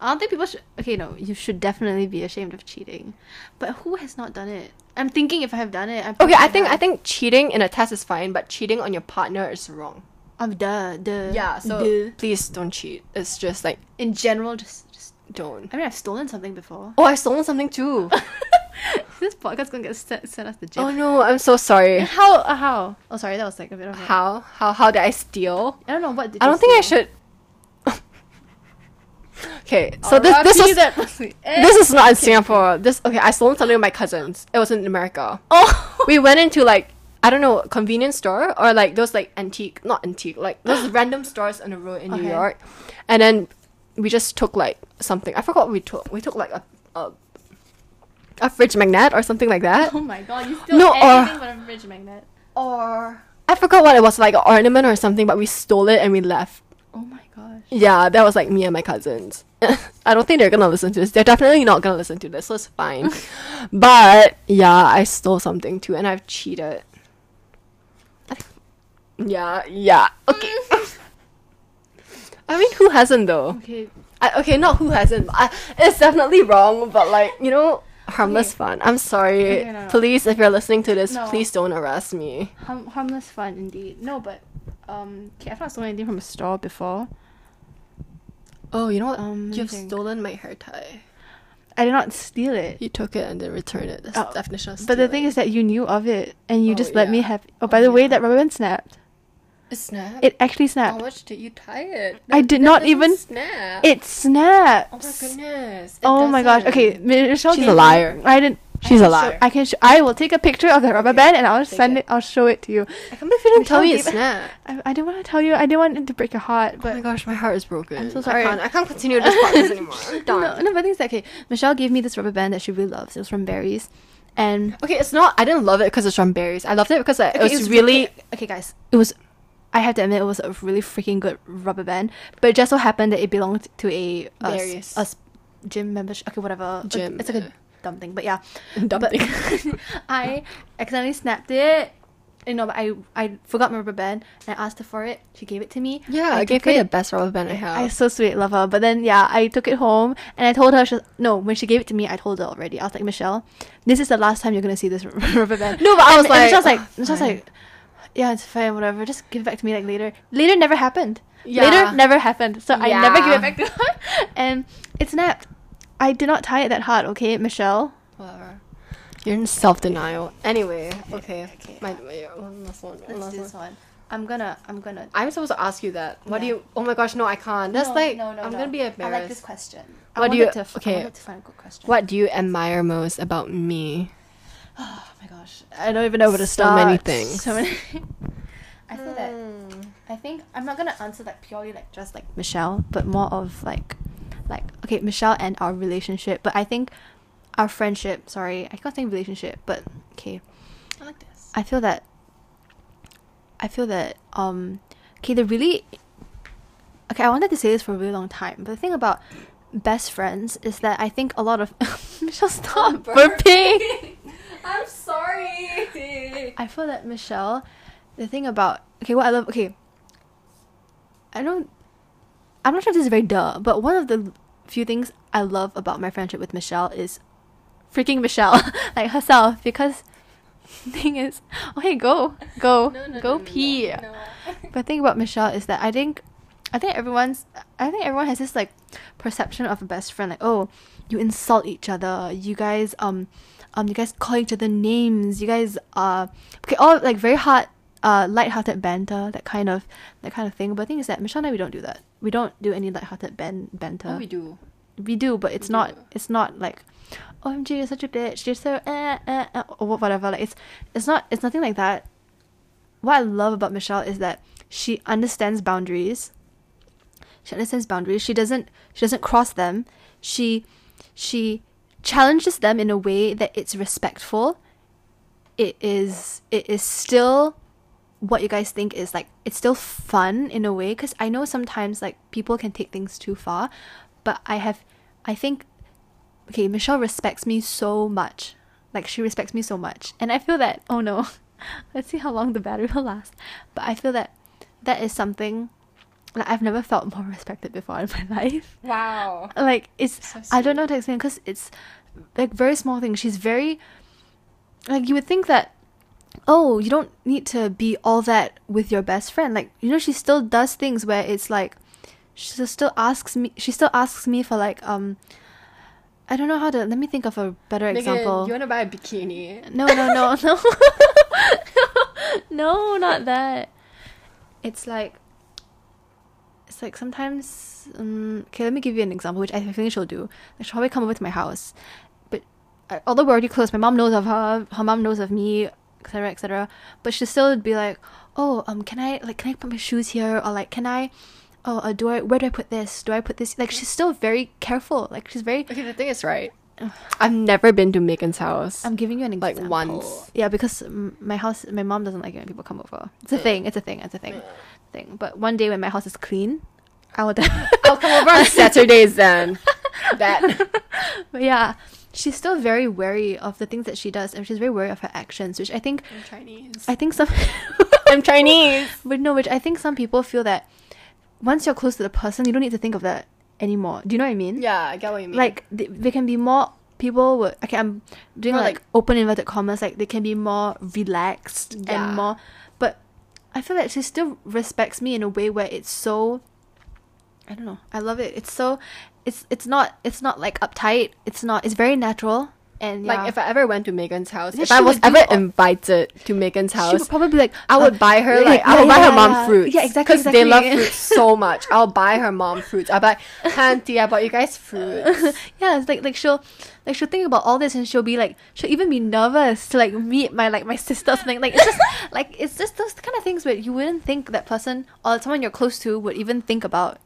I don't think people should. Okay, no, you should definitely be ashamed of cheating. But who has not done it? I'm thinking if I have done it. I'm
Okay, I think I think cheating in a test is fine, but cheating on your partner is wrong.
I'm duh, duh.
Yeah, so
duh.
please don't cheat. It's just like
in general, just, just.
don't.
I mean, I've stolen something before.
Oh, I stole something too.
this podcast gonna get sent, sent us to jail.
oh no, I'm so sorry.
How? uh, how? Oh, sorry, that was like a bit of. A,
How how how did I steal?
I don't know what. Did
I
you
don't think I
steal?
should. okay, so this
RIP
this was
Oh, that person. Eh.
this is not in Singapore. This okay, I stole something with my cousins. It was in America.
Oh.
we went into like I don't know convenience store or like those like antique not antique like those random stores on the road in New
Okay.
York, and then we just took like something I forgot what we took we took like a a, a fridge magnet or something like that
Oh my god, you still
No, uh,
no,
or-
anything but a fridge magnet.
or I forgot what it was like an ornament or something but we stole it and we left
Oh my gosh.
yeah that was like me and my cousins I don't think they're gonna listen to this they're definitely not gonna listen to this so it's fine but yeah I stole something too and I've cheated Yeah, yeah. Okay. I mean, who hasn't though?
Okay.
I, okay, not who hasn't. but I, it's definitely wrong, but like you know, harmless
Okay.
fun. I'm sorry,
Okay, no, no.
police. If you're listening to this,
No.
please don't arrest me.
Harm- harmless fun indeed. No, but um, okay, I've not stolen anything from a store before.
Oh, you know what?
Um, let me
You've
think.
stolen my hair tie.
I did not steal it.
You took it and then returned it. That's
Oh,
the definition of
But the thing is that you knew of it and you
Oh,
just let me
yeah.
have. Oh, by
Oh,
the way,
yeah.
that rubber band snapped.
it snapped.
It actually
How
snapped.
much did Oh, you tie it?
I did not
doesn't
even-
snap.
It snapped.
Oh my goodness. It
Oh my gosh.
doesn't.
Okay, Michelle.
She's
gave
a
me-
liar.
I didn't.
She's a
I can show-
liar.
I can. Sh- I will take a picture of the rubber
Okay,
band and I'll
take
send
it.
it. I'll show it to you.
I can't believe you didn't tell me it
Michelle gave-
snapped.
I, I didn't want to tell you. I didn't want it to break your heart.
Oh
But
my gosh, my heart is broken.
I'm so
I
sorry.
can't, I can't continue this podcast anymore. I'm done.
No, no, but things okay. Michelle gave me this rubber band that she really loves. It was from Berries, and
Okay, it's not. I didn't love it because it's from berries. I loved it because I, it,
Okay,
was really.
okay, okay, guys. It was. I have to admit, it was a really freaking good rubber band. But it just so happened that it belonged to a a s-
Berries.
a s- gym membership. Okay, whatever. Like,
Gym,
It's like
yeah.
a dumb thing, but yeah.
Dumb
but
thing.
I accidentally snapped it. You know, but I I forgot my rubber band and I asked her for it. She gave it to me.
Yeah, I, gave
took
her
it.
the best rubber band I
I
have.
so sweet, love her. But then yeah, I took it home and I told her she was, no. When she gave it to me, I told her already. I was like, Michelle, this is the last time you're gonna see this rubber band.
No, but I
And-
was
and
like,
Michelle's like,
"Ugh,
Michelle's
fine."
like, yeah, it's fine, whatever. Just give it back to me like later. Later never happened.
Yeah.
Later never happened. So I never give
Yeah.
it back to her, and it snapped. I did not tie it that hard, okay, Michelle.
Whatever. You're in self denial. Anyway, oh. okay.
okay.
My, my- one last one. one
Let's
last
do
one.
this one. I'm gonna, I'm gonna.
I'm supposed to ask you that. What do
Yeah.
you? Oh my gosh, no, I can't. That's
No,
like
no, no,
I'm
no.
gonna be
I
embarrassed.
like this question. I
What do you-
wanted to f- I
okay.
wanted to find a good question.
what do you admire most about me?
Oh my gosh, I don't even know where to
So
start.
many things.
So many. I feel that I think I'm not gonna answer like purely like just like Michelle, but more of like, like okay, Michelle and our relationship. But I think our friendship. Sorry, I can't think relationship, but okay.
I like this.
I feel that. I feel that. Um, okay, the really. Okay, I wanted to say this for a really long time, but the thing about best friends is that I think a lot of Michelle stop burping.
I'm sorry.
I feel that Michelle, the thing about okay, what I love okay. I don't. I'm not sure if this is very duh, but one of the few things I love about my friendship with Michelle is freaking Michelle, like herself, because thing is, okay, go, go, go pee. But the thing about Michelle is that I think I think everyone's I think everyone has this like perception of a best friend like oh you insult each other you guys um um you guys call each other names you guys uh okay all like very hard uh light-hearted banter that kind of that kind of thing but the thing is that Michelle and I we don't do that we don't do any light-hearted ban- banter
Oh, we do.
we do, but it's
We
not.
do.
It's not like, OMG, you're such a bitch. You're so eh, eh, eh, or whatever. Like it's, it's not. It's nothing like that. What I love about Michelle is that she understands boundaries. She understands boundaries. She doesn't. She doesn't cross them. She, she challenges them in a way that it's respectful. It is. It is still what you guys think is like it's still fun in a way because i know sometimes like people can take things too far but i have i think okay michelle respects me so much like she respects me so much and i feel that oh no let's see how long the battery will last but i feel that that is something like i've never felt more respected before in my life
Wow.
like it's
So
I
sweet.
don't know how to explain because it's like very small things. She's very like you would think that oh you don't need to be all that with your best friend. Like you know she still does things where it's like she still asks me. She still asks me for like um I don't know how to let me think of a better
Megan,
example.
you wanna buy a bikini?
No, no, no, no. no, not that. It's like it's like sometimes um okay, let me give you an example which I think she'll do. Like she'll probably come over to my house. But I, although we're already close, my mom knows of her, her mom knows of me, etc., etc. But she'll still be like, "Oh, um can I like can I put my shoes here or like can I Oh, uh, do I? Where do I put this? Do I put this? Like she's still very careful. Like she's very.
Okay, the thing is, right? I've never been to Megan's house.
I'm giving you an
Like,
example.
once.
Yeah, because mm, my house, my mom doesn't like it when people come over. It's a
Mm.
thing. It's a thing. It's a thing. Thing. But one day when my house is clean, I will.
I'll come over on Saturdays then. That.
but yeah, she's still very wary of the things that she does, and she's very wary of her actions, which I think,
I'm Chinese.
I think some.
I'm Chinese.
But no, which I think some people feel that once you're close to the person, you don't need to think of that anymore. Do you know what I mean?
Yeah, I get what you mean.
like they, they can be more people would okay i'm doing
Or,
like,
like-
open inverted commas like they can be more relaxed
Yeah.
and more but i feel that she still respects me in a way where it's so i don't know i love it it's so it's it's not it's not like uptight it's not it's very natural and yeah,
Like if I ever went to Megan's house,
Yeah,
if I
she
was
would do
ever
all-
invited to Megan's
she would
house,
probably be like
I would
uh,
buy her
yeah,
like I
yeah,
would buy
yeah,
her mom
yeah.
fruits.
yeah exactly
Because they love
exactly.
fruits so much. I'll buy her mom fruits. I'll buy Auntie, I bought you guys fruits.
yeah, it's like like she'll like she'll think about all this and she'll be like she'll even be nervous to like meet my like my sister or something. Like it's just like it's just those kind of things where you wouldn't think that person or someone you're close to would even think about.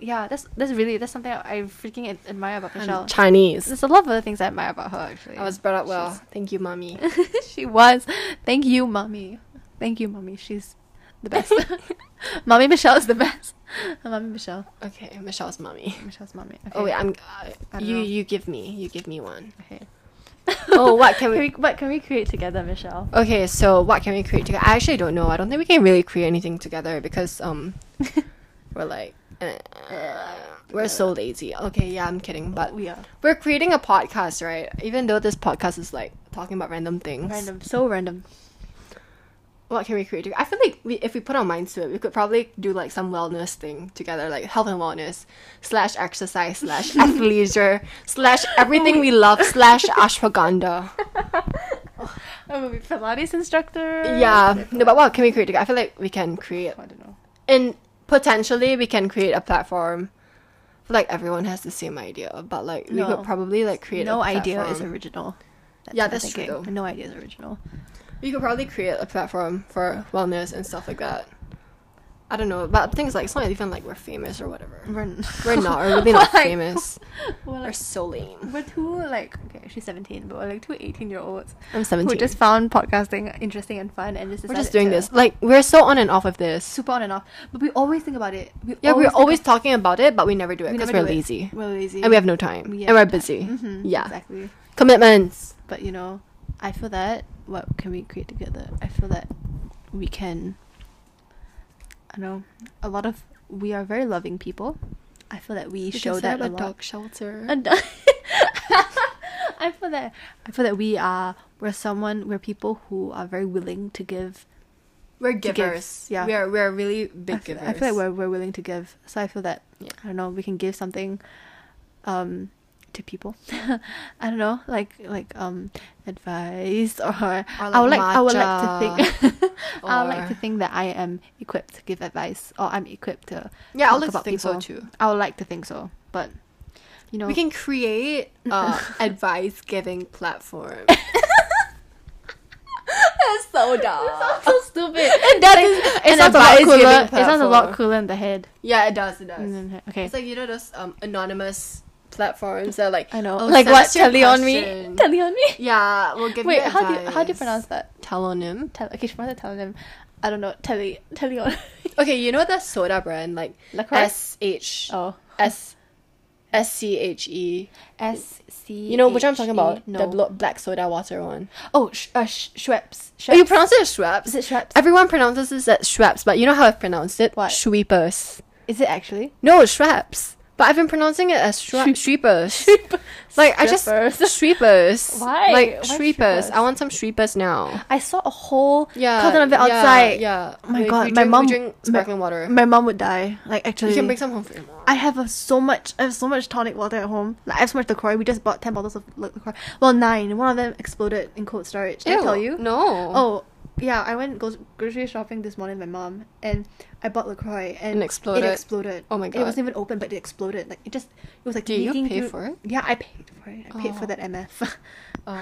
Yeah, that's that's really that's something I, I freaking ad- admire about Michelle.
Chinese.
There's a lot of other things I admire about her actually.
I was brought up well. Thank you, mommy.
she was. Thank you, mommy. Thank you, mommy. She's the best. mommy Michelle is the best. mommy Michelle.
Okay, Michelle's mommy.
Michelle's mommy. Okay.
Oh wait, I'm.
I
Uh,
don't
you
know.
you give me you give me one.
Okay.
Oh, what can we-
What can we create together, Michelle?
Okay, so what can we create together? I actually don't know. I don't think we can really create anything together because um, we're like. eh, we're so lazy. Okay, yeah, I'm kidding. But
we are
we're creating a podcast, right? Even though this podcast is like talking about random things.
random, so random.
What can we create together? I feel like we, if we put our minds to it, we could probably do like some wellness thing together, like health and wellness, slash exercise, slash athleisure, slash everything we love, slash ashwagandha.
I'm a Pilates instructor.
Yeah, no, but what can we create together? I feel like we can create,
I don't know.
and potentially we can create a platform. I feel Like everyone has the same idea, but like we
No.
could probably like create.
no
a
idea is
platform.
original.
Yeah,
what I'm
that's true,
thinking.
though.
No idea is original.
You could probably create a platform for wellness and stuff like that. I don't know, but things like it's not even like we're famous or whatever.
We're, n-
We're not. We're really not
Like,
famous.
We're,
We're
like,
so lame.
we're two like okay, she's 17, but we're like two 18 year olds
I'm
who
17.
just found podcasting interesting and fun, and just
we're just
decided
doing
to-
this. Like we're so on and off of this.
super on and off. But we always think about it. We
Yeah, we're
think
always
of-
talking about it, but we never do it
we
because
never
we're
do it.
lazy
We're lazy,
and we have no time
We
and we're
have no
busy.
time. Mhm,
yeah,
exactly.
commitments.
But you know, I feel that what can we create together? I feel that we can. I know a lot of we are very loving people. I feel that we, show that a lot.
shelter.
A do- I feel that I feel that we are we're someone we're people who are very willing to give.
We're
to give,
givers.
yeah.
We are we are really
I
big
feel,
givers.
I feel like we're, we're willing to give. So I feel that
Yeah.
I don't know, we can give something um to people. I don't know, like like um advice or, I would like I would like to think I would like to
or-
think that I am equipped to give advice or I'm equipped to
Yeah, I
talk
would like to
about
think so
people.
too.
I would like to think so. But you know
We can create uh advice giving platform. That's so dumb.
so stupid.
It does. It's-
it
an
sounds a lot
advice-giving
cooler. It sounds a lot
platform.
cooler in the head.
Yeah, it does. It does.
Okay.
It's like you know those um anonymous platforms that like
I know.
oh,
like
send
what?
us your
Tally on me.
question.
Tally on me.
Yeah, we'll give you
Wait, how do you, how do you
advice.
pronounce that?
telonym?
Tell okay, she wanted to tell them. I don't know. Telly, telly on.
Okay, you know that soda brand like
Lacroix?
S H
oh,
S S C H E.
S C.
You know which I'm talking about?
E, No.
The blo- black soda water one.
oh, sh- uh, sh- Schweppes. Schweppes.
Oh, you pronounce it as Schweppes?
Is it Schweppes?
Everyone pronounces this as Schweppes, but you know how I've pronounced it?
What?
Schweepers.
Is it actually?
No, Schweppes. But I've been pronouncing it as Schwe- Schweepers. Like I just Schweepers.
Why?
Like
Why
Schweepers. I
Schweppers?
want some Schweepers now.
I saw a whole
Yeah.
carton of it
yeah,
outside.
Yeah.
Oh my
We-
god,
we
my
drink-
mom.
We drink
my-
sparkling water.
My mom would die. Like actually,
you can bring some home for your mom.
I have a, so much. I have so much tonic water at home. Like I have so much Lacroix. We just bought ten bottles of La- Lacroix. Well, nine. One of them exploded in cold storage. Did I tell you?
No.
Oh, yeah, I went go- grocery shopping this morning with my mom, and I bought Lacroix, and
And exploded.
It exploded.
Oh my
It
God.
wasn't even open, but it exploded. Like it just, it was like.
Did you
leaking
pay
through-
for it?
Yeah, I paid for it. I paid
Oh.
for that MF.
Oh,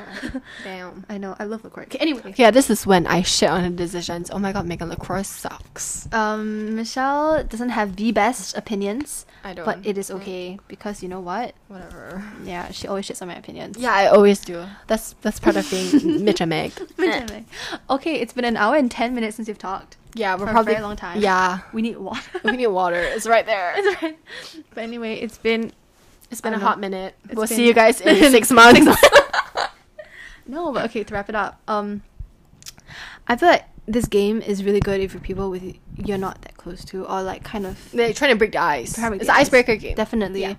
damn.
I know. I love Lacroix. Okay, anyway,
Yeah, this is when I shit on her decisions. Oh my god, Megan LaCroix sucks.
um, Michelle doesn't have the best opinions,
I don't.
but it is okay because you know what?
Whatever.
Yeah, she always shits on my opinions.
Yeah, I always do. That's that's part of being Mitch and Meg.
okay, it's been an hour and ten minutes since you've talked.
Yeah, we're
For a
probably
very long time.
Yeah,
We need water.
we need water. It's right there. It's,
It's right. But anyway, it's been
been
I
a
know.
hot minute.
It's
we'll
been-
see you guys in six months.
No, but okay, to wrap it up, um, I feel like this game is really good if you're people with you're not that close to, or like kind of.
They're trying to break the ice.
Trying to break
it's
the
an
ice.
icebreaker game.
Definitely,
Yeah.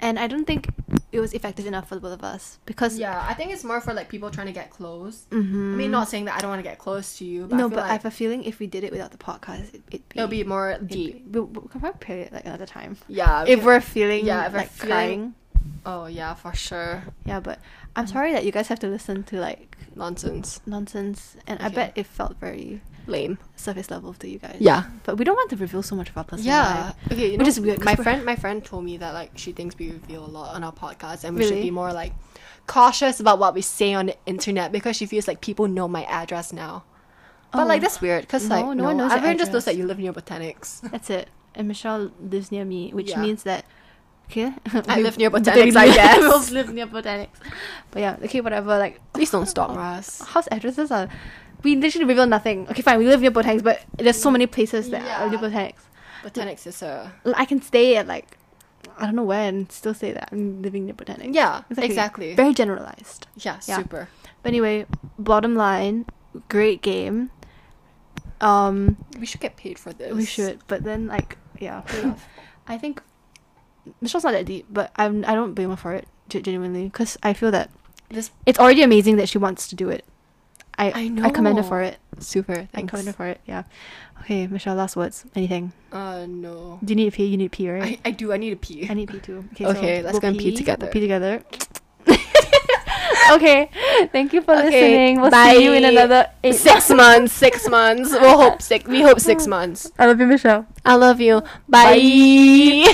and I don't think it was effective enough for the both of us because
Yeah, I think it's more for like people trying to get close.
Mhm.
I mean, not saying that I don't want to get close to you, but I
no,
feel
but I
like
have a feeling if we did it without the podcast, it, it'd be
it'll be more
it'd
deep.
be- We'll, we can probably play it like another time
Yeah.
if we're feeling
yeah, if we're
like
feeling-
crying.
oh yeah, for sure.
Yeah, but I'm
Mm-hmm.
sorry that you guys have to listen to like
Nonsense.
nonsense, and I
Okay.
bet it felt very
Lame.
surface level to you guys.
Yeah.
but we don't want to reveal so much of our personal
Yeah.
life.
Okay. You
Which
know,
is weird, 'cause
My
we're-
friend, my friend told me that like she thinks we reveal a lot on our podcast, and we should
Really?
be more like cautious about what we say on the internet because she feels like people know my address now. But like
Oh.
that's weird because
No,
like
no
no,
one knows your
everyone just knows
address.
that you live near Botanics.
That's it. And Michelle lives near me, which
Yeah.
means that okay.
I
we-
live near
we
Botanics, I
live-
guess.
we both live near botanics. But yeah, okay, whatever. Like
Please don't stalk
Oh.
us.
house addresses are we literally reveal nothing. Okay, fine, we live near botanics, but there's so many places that are near
Yeah.
botanics.
Botanics is a
Like, I can stay at like I don't know where and still say that I'm living near botanics.
yeah, exactly.
Very generalized.
Yeah,
Yeah.
super.
But anyway, bottom line, great game. Um
We should get paid for this.
We should, but then like yeah,
Yeah.
I think Michelle's not that deep, but I'm I don't blame her for it ge- genuinely because I feel that
This
it's already amazing that she wants to do it. I
I
I commend her
know.
for it.
super.
I
Thanks.
commend her for it. Yeah. Okay, Michelle. Last words. Anything?
Uh no.
Do you need to pee? You need to pee, right?
I, I do. I need to pee.
I, need pee too.
Okay, let's go and pee together.
We'll pee together. okay. Thank you for
Okay,
listening. We'll
bye.
see you in another eight.
six months, six months. We'll hope six. We hope six months.
I love you, Michelle.
I love you. Bye.